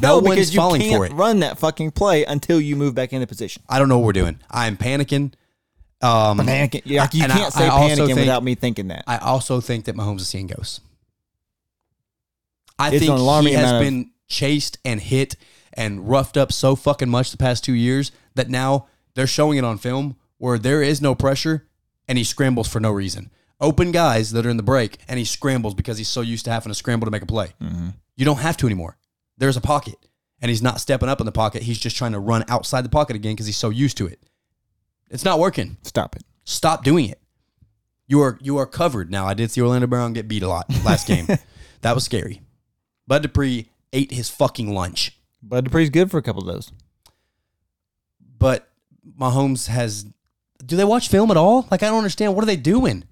S2: no, one's
S1: because you
S2: falling
S1: can't
S2: for it.
S1: run that fucking play until you move back into position.
S2: I don't know what we're doing. I am panicking. Um,
S1: Panicking, yeah, like, you
S2: and I-
S1: can't say
S2: I also
S1: panicking
S2: think-
S1: without me thinking that.
S2: I also think that Mahomes is seeing ghosts. I
S1: It's
S2: think
S1: an alarming
S2: he has
S1: amount of-
S2: been chased and hit and roughed up so fucking much the past two years that now they're showing it on film where there is no pressure and he scrambles for no reason. Open guys that are in the break and he scrambles because he's so used to having to scramble to make a play.
S1: Mm-hmm.
S2: You don't have to anymore. There's a pocket and he's not stepping up in the pocket. He's just trying to run outside the pocket again because he's so used to it. It's not working
S1: Stop it.
S2: stop doing it. You are you are covered now. I did see Orlando Brown get beat a lot
S1: [LAUGHS]
S2: last game. that was scary. Bud Dupree ate his fucking lunch,
S1: Bud Dupree's good for a couple of those.
S2: but Mahomes has. Do they watch film at all? Like I don't understand. What are they doing?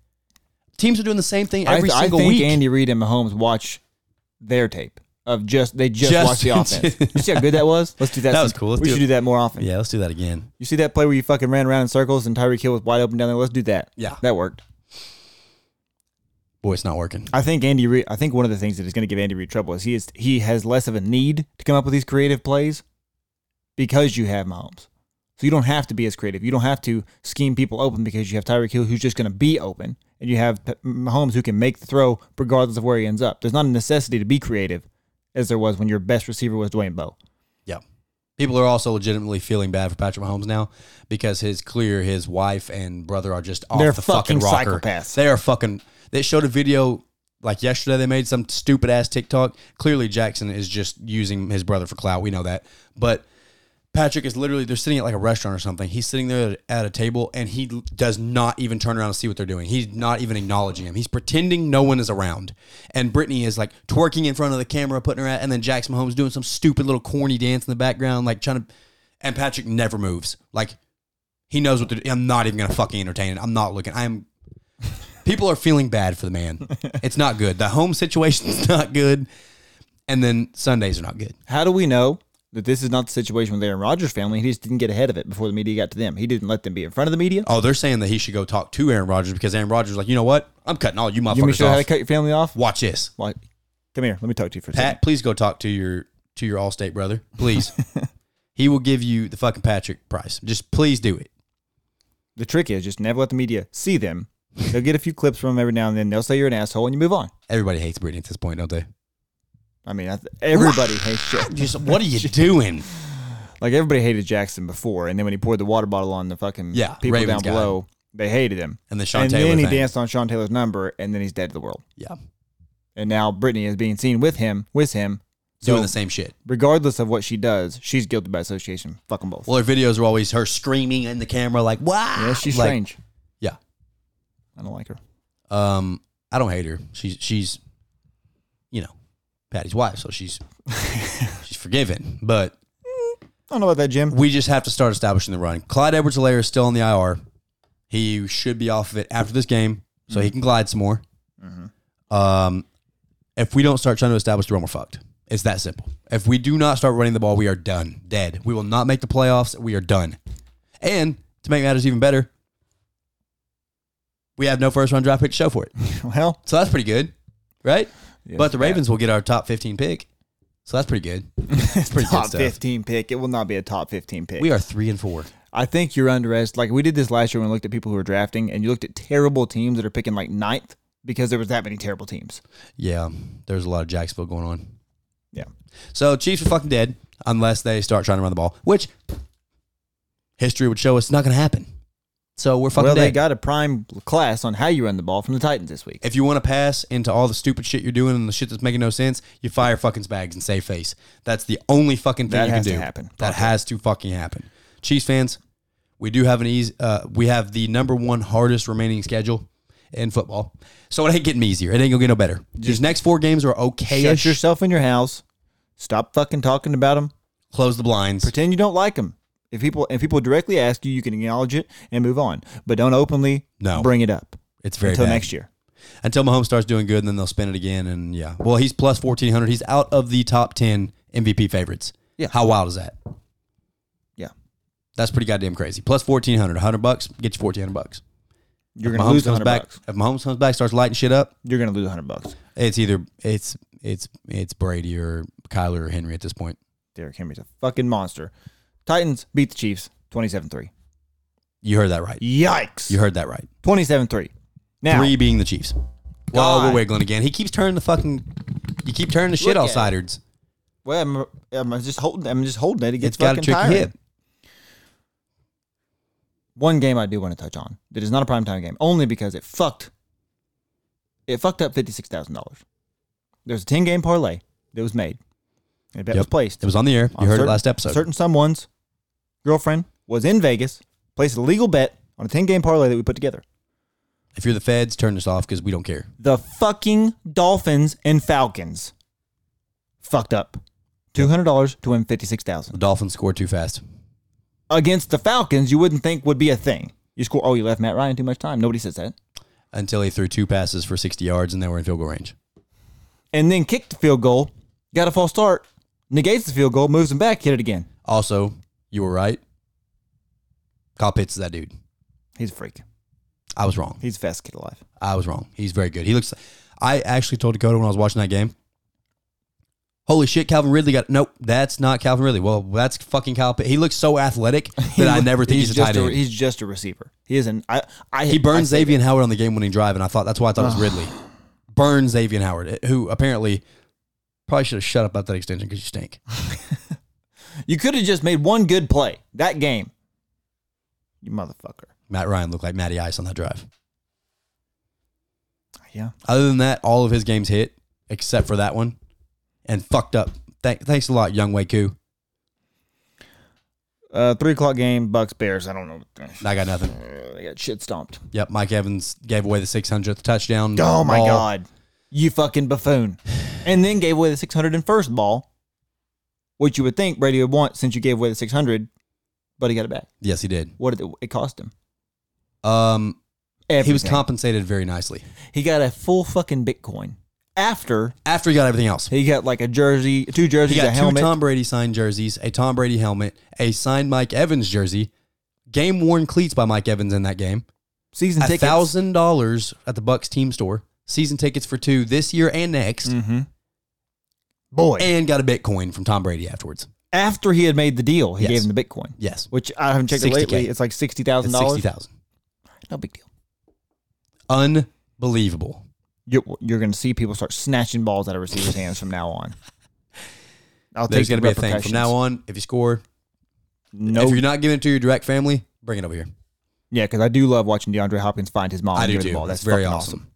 S2: Teams are doing the same thing every
S1: I,
S2: single
S1: I think
S2: week.
S1: Andy Reid and Mahomes watch their tape of just they [LAUGHS] just,
S2: Just-
S1: watch the offense. you see how good that was? Let's do that.
S2: That was
S1: some-
S2: cool. Let's
S1: we
S2: do
S1: should
S2: it.
S1: do that more often.
S2: yeah, let's do that again.
S1: You see that play where you fucking ran around in circles and Tyreek Hill was wide open down there? Let's do that.
S2: Yeah.
S1: that worked.
S2: Boy, it's not working.
S1: I think Andy Reid. I think one of the things that is going to give Andy Reid trouble is he is he has less of a need to come up with these creative plays because you have Mahomes. So you don't have to be as creative. You don't have to scheme people open because you have Tyreek Hill who's just going to be open, and you have P- Mahomes who can make the throw regardless of where he ends up. There's not a necessity to be creative as there was when your best receiver was Dwayne Bowe.
S2: Yeah. People are also legitimately feeling bad for Patrick Mahomes now because his clear, his wife and brother are just off
S1: They're
S2: the fucking,
S1: fucking
S2: rocker.
S1: psychopaths.
S2: They are fucking. They showed a video like yesterday. They made some stupid ass TikTok. Clearly, Jackson is just using his brother for clout. We know that, but. Patrick is literally, they're sitting at like a restaurant or something. He's sitting there at a table and he l- does not even turn around and see what they're doing. He's not even acknowledging him. He's pretending no one is around. And Brittany is like twerking in front of the camera, putting her at, and then Jackson Mahomes doing some stupid little corny dance in the background, like trying to, and Patrick never moves. Like he knows what to do. I'm not even going to fucking entertain it. I'm not looking. I'm, people are feeling bad for the man. It's not good. The home situation's [LAUGHS] not good. And then Sundays are not good.
S1: How do we know that this is not the situation with Aaron Rodgers' family? He just didn't get ahead of it before the media got to them. He didn't let them be in front of the media.
S2: Oh, they're saying that he should go talk to Aaron Rodgers because Aaron Rodgers is like, you know what? I'm cutting all you
S1: You mean
S2: motherfuckers
S1: show how to
S2: off.
S1: cut your family off?
S2: Watch this.
S1: Like, come here. Let me talk to you for a second.
S2: Pat, please go talk to your to your Allstate brother,
S1: [LAUGHS]
S2: please. he will give you the fucking Patrick price. Just please do it.
S1: The trick is just never let the media see them. They'll get a few clips from them every now and then. They'll say you're an asshole and you move on.
S2: Everybody hates Britney at this point, don't they?
S1: I mean, I th- everybody hates shit.
S2: Just what
S1: [LAUGHS]
S2: are you doing?
S1: Like everybody hated Jackson before, and then when he poured the water bottle on the fucking
S2: Yeah,
S1: people
S2: Ravens guy.
S1: down below, they hated him.
S2: And the Sean
S1: and
S2: Taylor
S1: then he
S2: thing.
S1: danced on Sean Taylor number, and then he's dead to the world.
S2: Yeah.
S1: and now Brittany is being seen with him, with him. So
S2: doing the same shit.
S1: regardless of what she does, she's guilty by association. Fuck them both.
S2: Well, her videos are always her screaming in the camera, like wow.
S1: yeah, she's
S2: like,
S1: strange.
S2: Yeah.
S1: I don't like her.
S2: Um, I don't hate her. She's she's, you know, Patty's wife,
S1: [LAUGHS]
S2: so she's she's forgiven. But
S1: I don't know about that, Jim. [LAUGHS]
S2: we just have to start establishing the run. Clyde edwards helaire is still on the IR. He should be off of it after this game, so
S1: Mm-hmm.
S2: he can glide some more. Um, if we don't start trying to establish the run, we're fucked. It's that simple. If we do not start running the ball, we are done, dead. We will not make the playoffs. We are done. And to make matters even better, we have no first round draft pick to show for it.
S1: Well,
S2: So that's pretty good, right?
S1: yeah,
S2: but the
S1: yeah.
S2: Ravens will get our top 15 pick. So that's pretty good. [LAUGHS] It's pretty
S1: top
S2: good stuff.
S1: 15 pick. It will not be a top 15 pick.
S2: We are three and four.
S1: I think you're underestimated. Like we did this last year when we looked at people who were drafting, and you looked at terrible teams that are picking like ninth because there was that many terrible teams.
S2: Yeah, there's a lot of Jacksonville going on.
S1: Yeah.
S2: So Chiefs are fucking dead unless they start trying to run the ball, which history would show us not going to happen. So we're fucking
S1: well, they
S2: dead.
S1: got a prime class on how you run the ball from the Titans this week.
S2: if you want to pass into all the stupid shit you're doing and the shit that's making no sense, you fire fucking Spags and save face. That's the only fucking thing
S1: That
S2: you
S1: has
S2: can
S1: to
S2: do.
S1: happen.
S2: That
S1: Okay.
S2: has to fucking happen. Chiefs fans, we do have an easy. Uh, we have the number one hardest remaining schedule in football, so it ain't getting easier. It ain't gonna get no better. These next four games are
S1: Shut
S2: okay-ish.
S1: yourself in your house. Stop fucking talking about them.
S2: Close the blinds.
S1: Pretend you don't like them. If people if people directly ask you, you can acknowledge it and move on, but don't openly
S2: No.
S1: bring it up
S2: It's very
S1: until
S2: bad.
S1: next year.
S2: until Mahomes starts doing good, and then they'll spin it again. And yeah, well, he's plus fourteen hundred. He's out of the top ten MVP favorites.
S1: Yeah.
S2: how wild is that?
S1: Yeah,
S2: That's pretty goddamn crazy. Plus fourteen hundred, hundred bucks get you fourteen hundred bucks.
S1: you're
S2: If
S1: gonna
S2: Mahomes
S1: lose
S2: comes
S1: hundred
S2: back.
S1: bucks.
S2: If Mahomes comes back, starts lighting shit up.
S1: You're gonna lose hundred bucks.
S2: It's either it's it's it's Brady or Kyler or Henry at this point.
S1: Derrick Henry's a fucking monster. Titans beat the Chiefs 27-3.
S2: You heard that right. You
S1: Yikes.
S2: heard that right.
S1: 27-3. Now,
S2: Three being the Chiefs. Well,
S1: God.
S2: we're wiggling again. He keeps turning the fucking. You keep turning the shit
S1: Look
S2: all
S1: at it.
S2: sidewards.
S1: well, I'm, I'm just holding I'm just holding it. It gets
S2: It's got a
S1: fucking
S2: tricky
S1: tiring.
S2: hip.
S1: one game I do want to touch on that is not a primetime game, only because it fucked it fucked up fifty six thousand dollars. There's a ten game parlay that was made. And a bet
S2: Yep.
S1: was placed.
S2: It was on the air. You
S1: on
S2: heard
S1: certain-
S2: it last episode.
S1: Certain someone's girlfriend was in Vegas, placed a legal bet on a ten game parlay that we put together.
S2: If you're the feds, turn this off because we don't care.
S1: The fucking Dolphins and Falcons fucked up. Two hundred dollars to win fifty six thousand.
S2: The Dolphins score too fast.
S1: Against the Falcons you wouldn't think would be a thing. You score oh, you left Matt Ryan too much time. Nobody says that.
S2: until he threw two passes for 60 yards and they were in field goal range.
S1: and then kicked the field goal, got a false start, negates the field goal, moves him back, hit it again.
S2: Also, you were right. Kyle Pitts is that dude.
S1: He's a freak.
S2: I was wrong.
S1: He's the fastest kid alive.
S2: I was wrong. He's very good. He looks. I actually told Dakota when I was watching that game. Holy shit, Calvin Ridley got nope. That's not Calvin Ridley. Well, that's fucking Kyle Pitts. He looks so athletic that I never think he's, a
S1: just
S2: tight end.
S1: He's just a receiver. He is an I. I
S2: He burned
S1: I say
S2: Xavier Howard on the game-winning drive, and I thought that's why I thought it
S1: [SIGHS]
S2: was Ridley. Burned Xavier Howard, eh, who apparently probably should have shut up about that extension because you stink.
S1: that. You could have just made one good play that game. You motherfucker.
S2: Matt Ryan looked like Matty Ice on that drive.
S1: Yeah.
S2: Other than that, all of his games hit except for that one, and fucked up. Thank, thanks a lot, Young Wei Koo.
S1: Uh, three o'clock game. Bucks Bears. I don't know.
S2: I got nothing.
S1: Uh, They got shit stomped.
S2: Yep, Mike Evans gave away the 600th touchdown.
S1: Oh my
S2: ball.
S1: god. You fucking buffoon. And then gave away the 601st ball, which you would think Brady would want since you gave away the 600, but he got it back.
S2: Yes, he did.
S1: What did it, it cost him?
S2: Um, he was
S1: Everything.
S2: compensated very nicely
S1: He got a full fucking Bitcoin after
S2: after he got everything else.
S1: he got like a jersey, two
S2: He
S1: jerseys, a
S2: got two
S1: helmet.
S2: Tom Brady signed jerseys, a Tom Brady helmet, a signed Mike Evans jersey, game worn cleats by Mike Evans in that game,
S1: season
S2: a
S1: tickets.
S2: thousand dollars at the Bucks team store, season tickets for two this year and next,
S1: Mm-hmm. Boy,
S2: and got a Bitcoin from Tom Brady afterwards.
S1: after he had made the deal, he
S2: Yes.
S1: gave him the Bitcoin,
S2: Yes,
S1: which I haven't checked it
S2: 60K.
S1: lately. It's like sixty
S2: it's
S1: thousand
S2: sixty
S1: dollars.
S2: thousand.
S1: No big deal.
S2: Unbelievable.
S1: You're, you're going to see people start snatching balls out of receivers' hands from now on. [LAUGHS] I'll
S2: There's
S1: take
S2: going to be a thing from now on. If you score,
S1: No,
S2: if you're not giving it to your direct family, bring it over here.
S1: yeah, because I do love watching DeAndre Hopkins find his mom.
S2: I
S1: and
S2: do
S1: give her the
S2: too.
S1: Ball.
S2: That's
S1: That's
S2: very
S1: fucking
S2: awesome.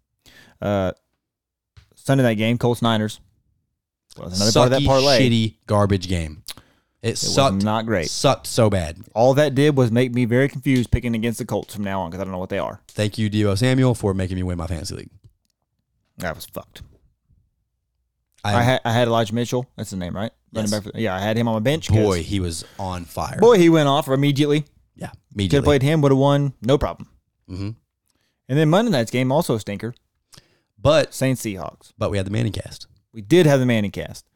S1: Uh, Sunday night game, Colts Niners. Well, that's another part of that
S2: Sucky,
S1: parlay.
S2: shitty garbage game. It,
S1: It was
S2: sucked.
S1: not great.
S2: Sucked so bad.
S1: All that did was make me very confused picking against the Colts from now on because I don't know what they are.
S2: Thank you, Debo Samuel, for making me win my fantasy league.
S1: I was fucked.
S2: I,
S1: I had I had Elijah Mitchell. That's the name, right? Running
S2: Yes.
S1: back. For, yeah, I had him on my bench. 'cause-
S2: boy, he was on fire.
S1: boy, he went off immediately. Could
S2: Yeah,
S1: have
S2: immediately.
S1: played him, would have won, no problem.
S2: Mhm.
S1: And then Monday night's game also a stinker.
S2: But
S1: Saints Seahawks.
S2: but we had the Manning cast.
S1: We did have the Manning cast.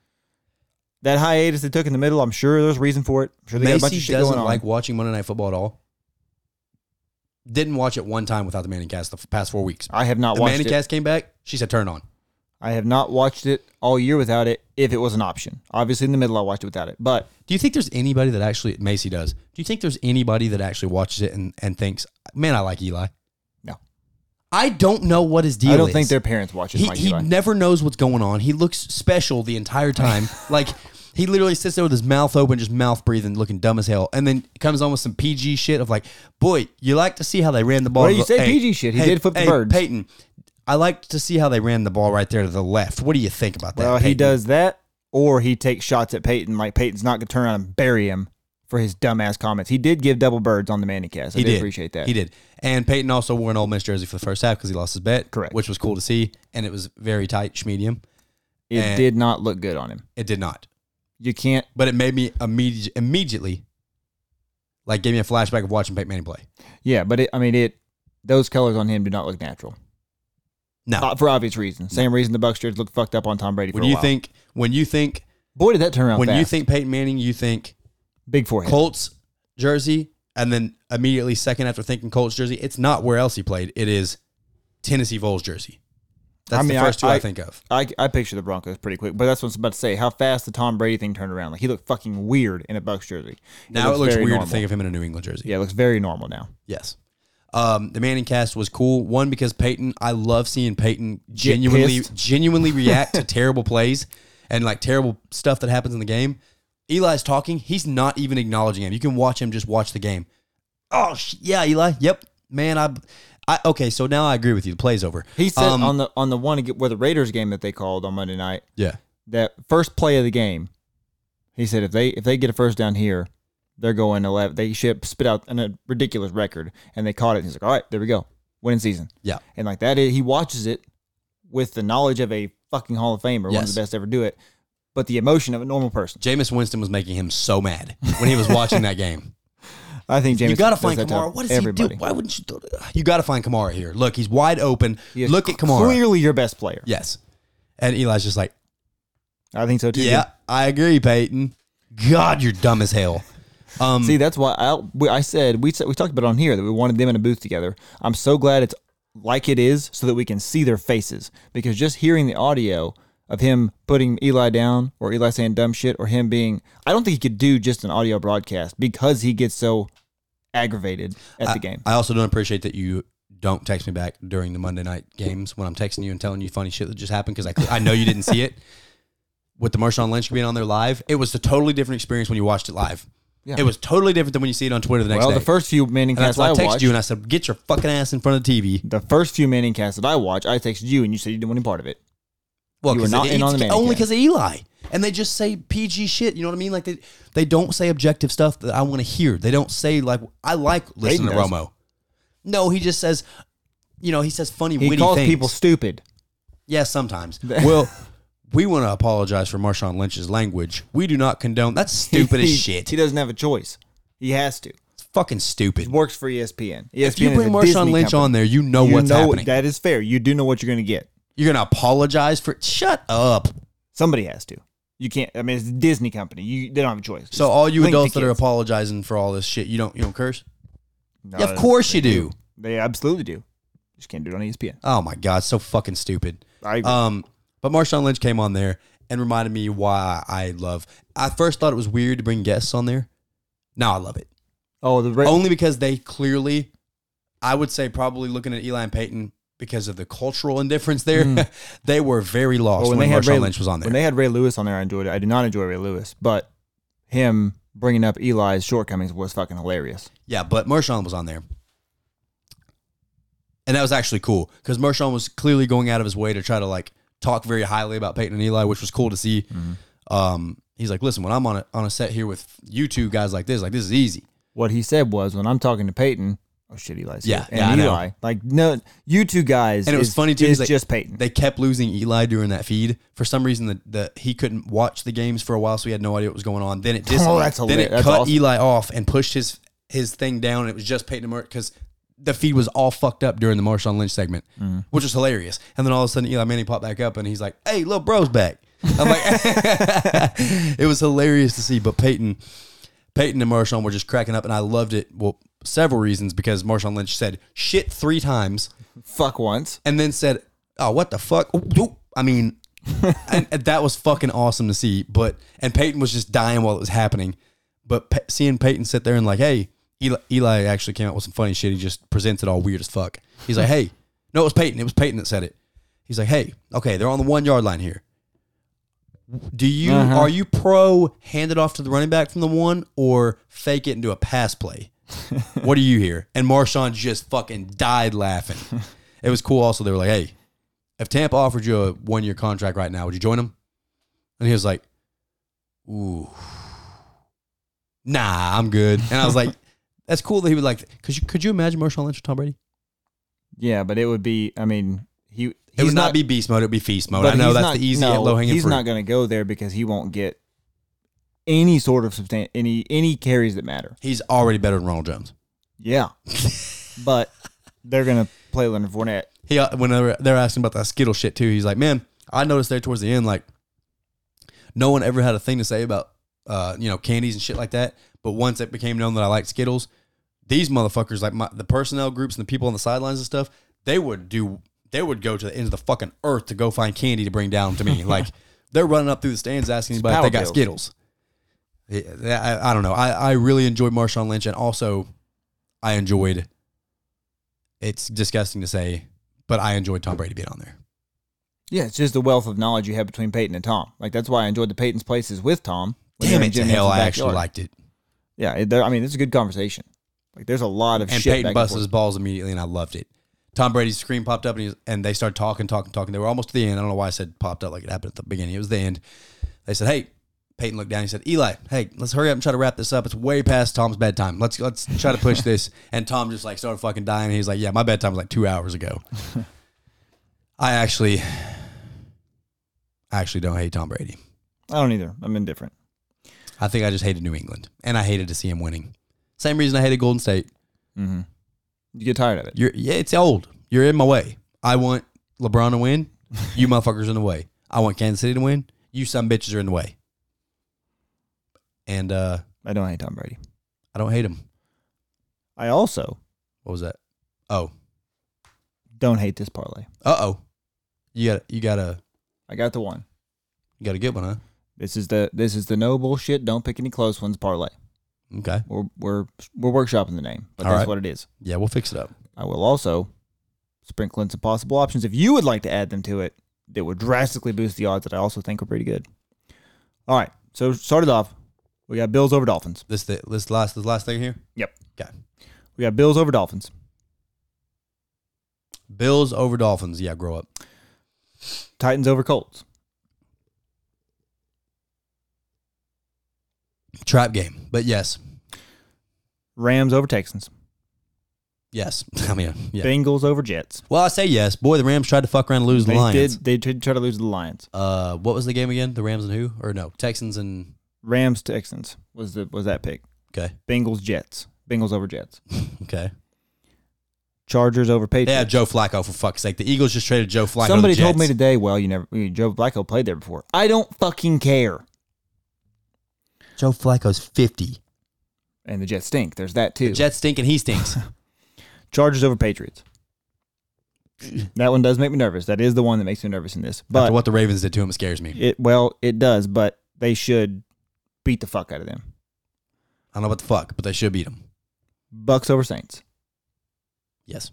S1: That hiatus they took in the middle, I'm sure there's a reason for it. I'm sure they got a bunch of
S2: Macy
S1: shit going
S2: doesn't
S1: on.
S2: like watching Monday Night Football at all. Didn't watch it one time without the Manning cast the f- past four weeks.
S1: I have not
S2: The
S1: watched
S2: Manning
S1: it.
S2: cast came back. She said, "Turn on."
S1: I have not watched it all year without it if it was an option. Obviously in the middle I watched it without it. But
S2: Do you think there's anybody that actually Macy does? Do you think there's anybody that actually watches it and, and thinks, "Man, I like Eli."
S1: No.
S2: I don't know what his deal is.
S1: I don't think their parents watch it.
S2: He,
S1: Mike
S2: he
S1: Eli.
S2: never knows what's going on. He looks special the
S1: [LAUGHS]
S2: entire time. like he literally sits there with his mouth open, just mouth breathing, looking dumb as hell, and then comes on with some PG shit of like, "Boy, you like to see how they ran the ball."
S1: Well,
S2: to
S1: you
S2: the-
S1: said PG shit. He did flip the
S2: hey,
S1: birds.
S2: Peyton, I like to see how they ran the ball right there to the left. What do you think about that?
S1: Well, Uh, he
S2: Peyton?
S1: does that, or he takes shots at Peyton. Like Peyton's not gonna turn around and bury him for his dumbass comments. He did give double birds on the Manning cast. I
S2: He
S1: do
S2: did
S1: appreciate that.
S2: He did. And Peyton also wore an Ole Miss jersey for the first half because he lost his bet.
S1: Correct.
S2: Which was cool to see, and it was very tight, medium.
S1: It
S2: And-
S1: did not look good on him.
S2: It did not,
S1: You can't.
S2: but it made me immedi- immediately, like, gave me a flashback of watching Peyton Manning play.
S1: Yeah, but it, I mean it. Those colors on him do not look natural
S2: No.
S1: Uh, for obvious reasons. Same reason the Bucks jerseys look fucked up on Tom Brady. For
S2: when
S1: a
S2: you
S1: while.
S2: think when you think
S1: boy, did that turn around?
S2: when you
S1: fast.
S2: think Peyton Manning, you think
S1: big forehead.
S2: Colts jersey, and then immediately second after thinking Colts jersey, it's not where else he played. It is Tennessee Vols jersey. That's
S1: I mean,
S2: the
S1: I-
S2: first two I,
S1: I-
S2: think of.
S1: I, I picture the Broncos pretty quick, but that's what I was about to say. How fast the Tom Brady thing turned around. Like he looked fucking weird in a Bucks jersey.
S2: Now it looks
S1: very
S2: weird
S1: normal.
S2: to think of him in a New England jersey.
S1: Yeah, it looks very normal now.
S2: Yes. Um, the Manning cast was cool. One because Peyton, I love seeing Peyton genuinely
S1: pissed. [LAUGHS]
S2: genuinely react to terrible plays and like terrible stuff that happens in the game. Eli's talking. He's not even acknowledging him. You can watch him just watch the game. Oh sh- yeah, Eli. Yep, man. I, I okay. So now I agree with you. The play's over.
S1: He said
S2: Um,
S1: on the on the one ag- where the Raiders game that they called on Monday night,
S2: yeah.
S1: that first play of the game, he said if they if they get a first down here, they're going eleven. They should spit out an, a ridiculous record, and they caught it. he's like, all right, there we go, winning season.
S2: Yeah.
S1: And like that, is, he watches it with the knowledge of a fucking Hall of Famer, one of
S2: Yes.
S1: the best to ever do it, but the emotion of a normal person.
S2: Jameis Winston was making him so mad when
S1: [LAUGHS]
S2: he was watching that game.
S1: I think James
S2: you got to find Kamara. What does
S1: everybody.
S2: he do? Why wouldn't you do it? You got to find Kamara here. Look, he's wide open.
S1: He is
S2: Look at Kamara.
S1: Clearly, your best player.
S2: Yes. And Eli's just like,
S1: I think so too.
S2: yeah, I agree, Peyton. God, you're dumb as hell. Um,
S1: See, that's why I, we- I said we said- we talked about it on here that we wanted them in a booth together. I'm so glad it's like it is so that we can see their faces because just hearing the audio of him putting Eli down or Eli saying dumb shit or him being I don't think he could do just an audio broadcast because he gets so aggravated at the game.
S2: I also don't appreciate that you don't text me back during the Monday night games when I'm texting you and telling you funny shit that just happened because I, cl- I know you didn't see it. [LAUGHS] With the Marshawn Lynch being on there live, it was a totally different experience when you watched it live.
S1: Yeah.
S2: It was totally different than when you see it on Twitter the next
S1: Well,
S2: day.
S1: the first few Manning
S2: and
S1: casts
S2: that's why I
S1: I,
S2: texted
S1: watched,
S2: you and I said, "Get your fucking ass in front of the TV."
S1: the first few Manning casts that I watched, I texted you and you said you didn't want any part of it.
S2: Well,
S1: You were
S2: 'cause
S1: not
S2: it-
S1: in on
S2: it's
S1: the
S2: only
S1: mannequin.
S2: because of Eli, and they just say PG shit. You know what I mean? Like they they don't say objective stuff that I want to hear. They don't say like I like listening to
S1: does.
S2: Romo. No, he just says, you know, he says funny
S1: He
S2: witty
S1: calls
S2: things.
S1: people stupid. [LAUGHS]
S2: yeah, sometimes. well, we want to apologize for Marshawn Lynch's language. We do not condone.
S1: [LAUGHS]
S2: That's stupid
S1: He-
S2: as
S1: he-
S2: shit.
S1: He doesn't have a choice. He has to.
S2: It's fucking stupid.
S1: works for E ESPN. ESPN
S2: If you bring Marshawn Lynch on there, you know
S1: you
S2: what's
S1: know
S2: happening.
S1: that is fair. You do know what you're going to get.
S2: You're gonna apologize for. Shut up.
S1: Somebody has to. You can't. I mean, it's a Disney company. You they don't have a choice.
S2: So all you
S1: Link to
S2: adults that are
S1: kids.
S2: apologizing for all this shit, you don't you don't curse?
S1: No,
S2: of course you do.
S1: they absolutely do. Just can't do it on E ESPN.
S2: Oh my god, so fucking stupid.
S1: I agree.
S2: Um, but Marshawn Lynch came on there and reminded me why I love. I first thought it was weird to bring guests on there. Now I love it
S1: oh, the Ra-
S2: only because they clearly, I would say, probably looking at Eli and Peyton because of the cultural indifference there, [LAUGHS] they were very
S1: Mm. well,
S2: lost when,
S1: oh, when they had
S2: Marshawn
S1: Ray
S2: Lynch was on there.
S1: When they had Ray Lewis on there, I enjoyed it. I did not enjoy Ray Lewis, but him bringing up Eli's shortcomings was fucking hilarious.
S2: yeah, but Marshawn was on there. And that was actually cool because Marshawn was clearly going out of his way to try to like talk very highly about Peyton and Eli, which was cool to see. Um, he's like, listen, when I'm on a on a set here with you two guys like this, like this is easy.
S1: What he said was when I'm talking to Peyton, oh shit, Eli's
S2: Yeah,
S1: here. and
S2: yeah, I know.
S1: Eli, like no, you two guys,
S2: And it was
S1: is-
S2: funny too.
S1: Is
S2: he's like-
S1: just Peyton.
S2: They kept losing Eli during that feed. For some reason, the, the he couldn't watch the games for a while, so he had no idea what was going on. Then it dis-
S1: [LAUGHS] Oh, that's
S2: then
S1: hilarious.
S2: it
S1: That's
S2: cut
S1: awesome.
S2: Eli off and pushed his his thing down, and it was just Peyton Murray because the feed was all fucked up during the Marshawn Lynch segment,
S1: Mm-hmm.
S2: which was hilarious. And then all of a sudden, Eli Manning popped back up, and he's like, "Hey, little bro's back." I'm like, [LAUGHS] it was hilarious to see, but Peyton. Peyton and Marshawn were just cracking up, and I loved it. Well, several reasons because Marshawn Lynch said shit three times,
S1: Fuck once.
S2: and then said, "Oh, what the fuck?" Ooh, ooh. I mean, and, and that was fucking awesome to see. But and Peyton was just dying while it was happening. But Pe- seeing Peyton sit there and like, "Hey, Eli, Eli actually came out with some funny shit. He just presents it all weird as fuck." He's like, "Hey, no, it was Peyton. It was Peyton that said it." He's like, "Hey, okay, they're on the one yard line here. Do you are you pro hand it off to the running back from the one or fake it into a pass play? what do you hear? And Marshawn just fucking died laughing. It was cool. Also, they were like, "Hey, if Tampa offered you a one year contract right now, would you join them?" And he was like, "Ooh, nah, I'm good." And I was
S1: [LAUGHS]
S2: like, "That's cool that he would like." Cause you, could you imagine Marshawn Lynch or Tom Brady?
S1: Yeah, but it would be. I mean, he. He's
S2: It would not, be beast mode. It would be feast mode.
S1: but
S2: I know
S1: he's
S2: that's
S1: not-
S2: the easy
S1: no,
S2: low hanging
S1: He's
S2: fruit.
S1: not going to go there because he won't get any sort of substan- any any carries that matter.
S2: he's already better than Ronald Jones.
S1: Yeah, [LAUGHS] but they're going to play Leonard Fournette.
S2: he uh, when they were, they were asking about that Skittle shit too, he's like, "Man, I noticed there towards the end, like, no one ever had a thing to say about, uh, you know, candies and shit like that. But once it became known that I liked Skittles, these motherfuckers, like my, the personnel groups and the people on the sidelines and stuff, they would do, they would go to the ends of the fucking earth to go find candy to bring down
S1: [LAUGHS]
S2: to me. like, they're running up through the stands asking anybody if
S1: power
S2: they got
S1: bills.
S2: Skittles. Yeah, I, I don't know. I, I really enjoyed Marshawn Lynch, and also, I enjoyed. It's disgusting to say, but I enjoyed Tom Brady being on there.
S1: Yeah, it's just the wealth of knowledge you have between Peyton and Tom. Like that's why I enjoyed the Peyton's places with Tom. when they
S2: Damn
S1: were in
S2: it to
S1: Jim
S2: hell, I
S1: Nance's
S2: actually
S1: backyard.
S2: liked it.
S1: Yeah, it- there- I mean, it's a good conversation. Like there's a lot of
S2: And
S1: shit. back
S2: Peyton
S1: and
S2: busted his
S1: forth.
S2: balls immediately, and I loved it. Tom Brady's screen popped up, and, he was, and they started talking, talking, talking. They were almost to the end. I don't know why I said popped up like it happened at the beginning. It was the end. They said, "Hey." Peyton looked down. He said, "Eli, hey, let's hurry up and try to wrap this up. It's way past Tom's bedtime. Let's let's try
S1: [LAUGHS]
S2: to push this." And Tom just like started fucking dying. He's like, "Yeah, my bedtime was like two hours
S1: [LAUGHS]
S2: ago." I actually, I actually don't hate Tom Brady.
S1: I don't either. I'm indifferent.
S2: I think I just hated New England, and I hated to see him winning. Same reason I hated Golden State.
S1: Mm-hmm. You get tired of it.
S2: You're yeah, it's old. You're in my way. I want LeBron to win. You motherfuckers are in the way. I want Kansas City to win. You some bitches are in the way. And uh,
S1: I don't hate Tom Brady.
S2: I don't hate him.
S1: I also
S2: What was that? Oh,
S1: don't hate this parlay.
S2: uh oh. You got you got a
S1: I got the one.
S2: you got a good one, huh?
S1: This is the this is the no bullshit. Don't pick any close ones parlay.
S2: Okay.
S1: We're we're we're workshopping the name, but
S2: All
S1: that's
S2: right.
S1: what it is.
S2: Yeah, we'll fix it up.
S1: I will also sprinkle in some possible options if you would like to add them to it. That would drastically boost the odds that I also think are pretty good. All right, so started off, we got Bills over Dolphins.
S2: This th- this last this last thing here.
S1: We got Bills over Dolphins.
S2: Bills over Dolphins. Yeah, grow up.
S1: Titans over Colts.
S2: Trap game. But yes,
S1: Rams over Texans.
S2: yes. [LAUGHS] I mean, yeah.
S1: Bengals over Jets.
S2: Well, I say yes. Boy, the Rams tried to fuck around and lose the
S1: they
S2: Lions.
S1: did. They did try to lose to the Lions.
S2: Uh, what was the game again? The Rams and who? Or no, Texans and
S1: Rams Texans was the was that pick.
S2: okay, [LAUGHS]
S1: Bengals Jets. Bengals over Jets.
S2: okay.
S1: Chargers over Patriots.
S2: They have Joe Flacco for fuck's sake. The Eagles just traded Joe Flacco.
S1: Somebody
S2: to the
S1: told me
S2: Jets.
S1: today, well, you never you- Joe Blacko played there before. I don't fucking care.
S2: Joe Flacco's fifty.
S1: And the Jets stink. There's that too.
S2: Jets stink and he stinks.
S1: Chargers over Patriots. [CLEARS THROAT] that one does make me nervous. That is the one that makes me nervous in this.
S2: After
S1: [LAUGHS] But
S2: what the Ravens did to him scares me.
S1: it well, it does, but they should beat the fuck out of them.
S2: I don't know what the fuck, but they should beat him.
S1: Bucks over Saints.
S2: Yes.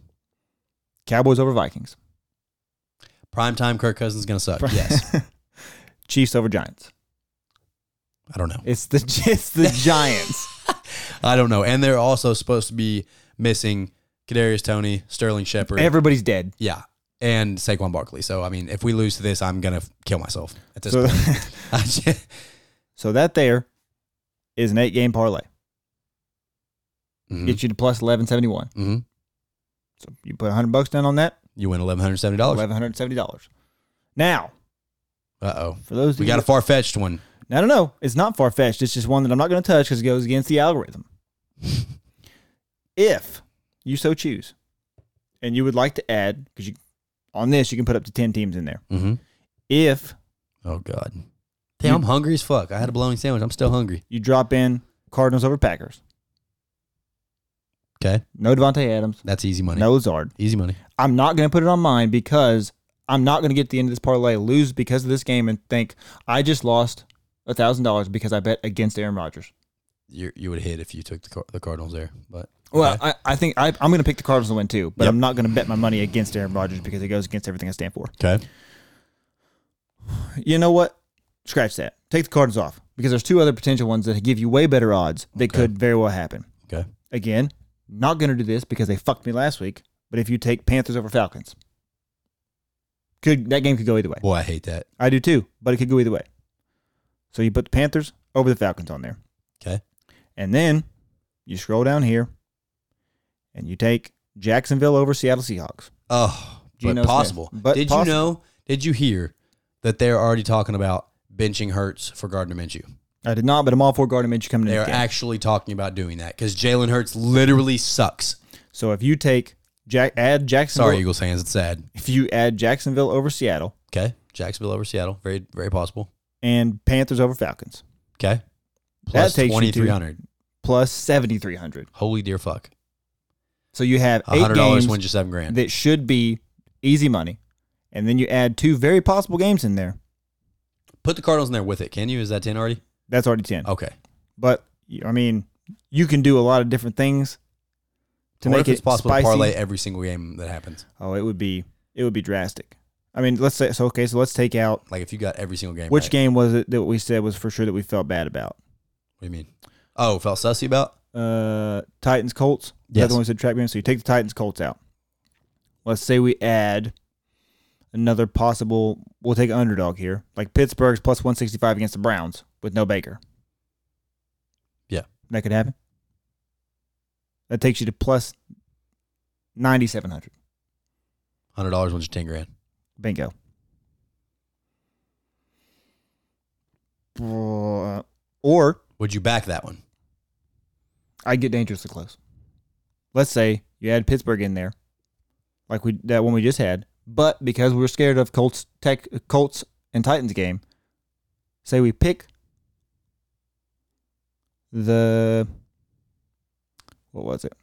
S1: Cowboys over Vikings.
S2: Prime time. Kirk Cousins gonna suck. Yes.
S1: [LAUGHS] Chiefs over Giants.
S2: I don't know.
S1: It's the [LAUGHS] it's the Giants.
S2: [LAUGHS] I don't know. And they're also supposed to be missing Kadarius Tony, Sterling Shepard.
S1: Everybody's dead.
S2: yeah. and Saquon Barkley. So I mean, if we lose to this, I'm gonna f- kill myself at this
S1: So, [LAUGHS]
S2: point. [LAUGHS] I ju-
S1: so that there is an eight game parlay.
S2: Mhm,
S1: Gets you to plus eleven seventy one.
S2: mhm.
S1: So you put hundred bucks down on that,
S2: You win eleven hundred seventy dollars.
S1: eleven hundred seventy dollars. Now,
S2: Uh oh,
S1: for those
S2: we
S1: of
S2: got a
S1: you,
S2: far fetched one.
S1: no, no, no, it's not far fetched. It's just one that I'm not going to touch because it goes against the algorithm. if you so choose, and you would like to add because you on this you can put up to ten teams in there.
S2: Mm-hmm.
S1: If
S2: Oh God, damn, I'm hungry as fuck. I had a bologna sandwich. I'm still hungry.
S1: you drop in Cardinals over Packers,
S2: Okay,
S1: no Devontae Adams,
S2: that's easy money.
S1: no Zard.
S2: Easy money.
S1: I'm not going to put it on mine because I'm not going to get to the end of this parlay, lose because of this game, and think I just lost a thousand dollars because I bet against Aaron Rodgers.
S2: You you would hit if you took the Car- the Cardinals there, but
S1: Well,
S2: okay.
S1: I, I think I, I'm going to pick the Cardinals to win too, but
S2: Yep.
S1: I'm not going to bet my money against Aaron Rodgers because it goes against everything I stand for.
S2: okay.
S1: You know what? Scratch that. Take the Cardinals off because there's two other potential ones that give you way better odds that
S2: Okay.
S1: could very well happen.
S2: Okay.
S1: Again, not going to do this because they fucked me last week. But if you take Panthers over Falcons, could that game could go either way.
S2: Boy, I hate that.
S1: I do too, but it could go either way. So you put the Panthers over the Falcons on there.
S2: Okay.
S1: And then you scroll down here and you take Jacksonville over Seattle Seahawks.
S2: Oh,
S1: Geno
S2: but possible.
S1: Smith. But
S2: did
S1: possible.
S2: you know? Did you hear that they're already talking about benching Hurts for Gardner Minshew?
S1: I did not, but I'm all for Gardner Minshew coming in.
S2: They
S1: this
S2: are
S1: game.
S2: actually talking about doing that because Jalen Hurts literally sucks.
S1: so if you take Jack add Jacksonville
S2: Sorry, Eagles fans, it's sad.
S1: if you add Jacksonville over Seattle
S2: Okay, Jacksonville over Seattle, very very possible.
S1: and Panthers over Falcons,
S2: Okay,
S1: takes you to-
S2: twenty three hundred.
S1: plus seventy three hundred.
S2: Holy dear fuck,
S1: So you have
S2: A
S1: eight
S2: hundred dollars
S1: games
S2: wins you seven grand.
S1: that should be easy money. And then you add two very possible games in there.
S2: Put the Cardinals in there with it. Can you? Is that ten already?
S1: That's already ten.
S2: Okay.
S1: but I mean, you can do a lot of different things to
S2: What
S1: make
S2: if
S1: it
S2: it's possible
S1: spicy.
S2: to parlay every single game that happens?
S1: Oh, it would be it would be drastic. I mean, let's say so. Okay, so let's take out
S2: Like if you got every single game.
S1: which
S2: right.
S1: game was it that we said was for sure that we felt bad about?
S2: What do you mean? Oh, felt sussy about.
S1: Uh, Titans Colts. Yeah,
S2: Yes.
S1: the one we said track man. So you take the Titans Colts out. Let's say we add another possible. We'll take underdog here, like Pittsburgh's plus one sixty five against the Browns with no Baker.
S2: Yeah.
S1: that could happen. That takes you to plus ninety seven hundred.
S2: Hundred dollars wins you ten grand.
S1: Bingo. Uh, Or
S2: Would you back that one?
S1: I get dangerously close. Let's say you add Pittsburgh in there, like we that one we just had, but because we're scared of Colts Tech Colts and Titans game, say we pick the what was it?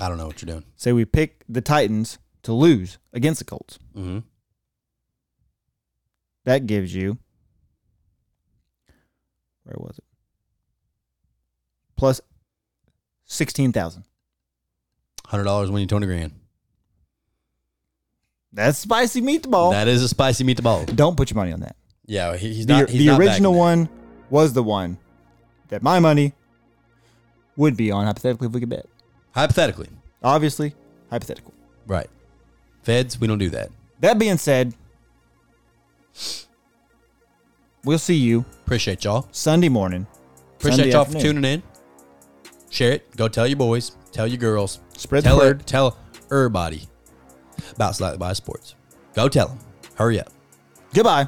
S2: I don't know what you're doing.
S1: Say we pick the Titans to lose against the Colts.
S2: Mm-hmm.
S1: that gives you where was it plus 16000
S2: Hundred dollars win you twenty grand.
S1: that's spicy meatball
S2: That is a spicy meatball.
S1: don't put your money on that
S2: Yeah, he, he's
S1: the,
S2: not. he's
S1: the
S2: not
S1: original
S2: backing
S1: one was the one that my money would be on hypothetically if we could bet
S2: that. Hypothetically,
S1: obviously hypothetical
S2: right? Feds, we don't do that.
S1: that being said we'll see you
S2: Appreciate y'all.
S1: sunday morning
S2: Appreciate
S1: Sunday
S2: y'all for
S1: afternoon.
S2: tuning in. Share it. Go tell your boys. Tell your girls.
S1: Spread the
S2: tell
S1: word.
S2: Tell everybody about Slightly Biased Sports. Go tell them. Hurry up.
S1: goodbye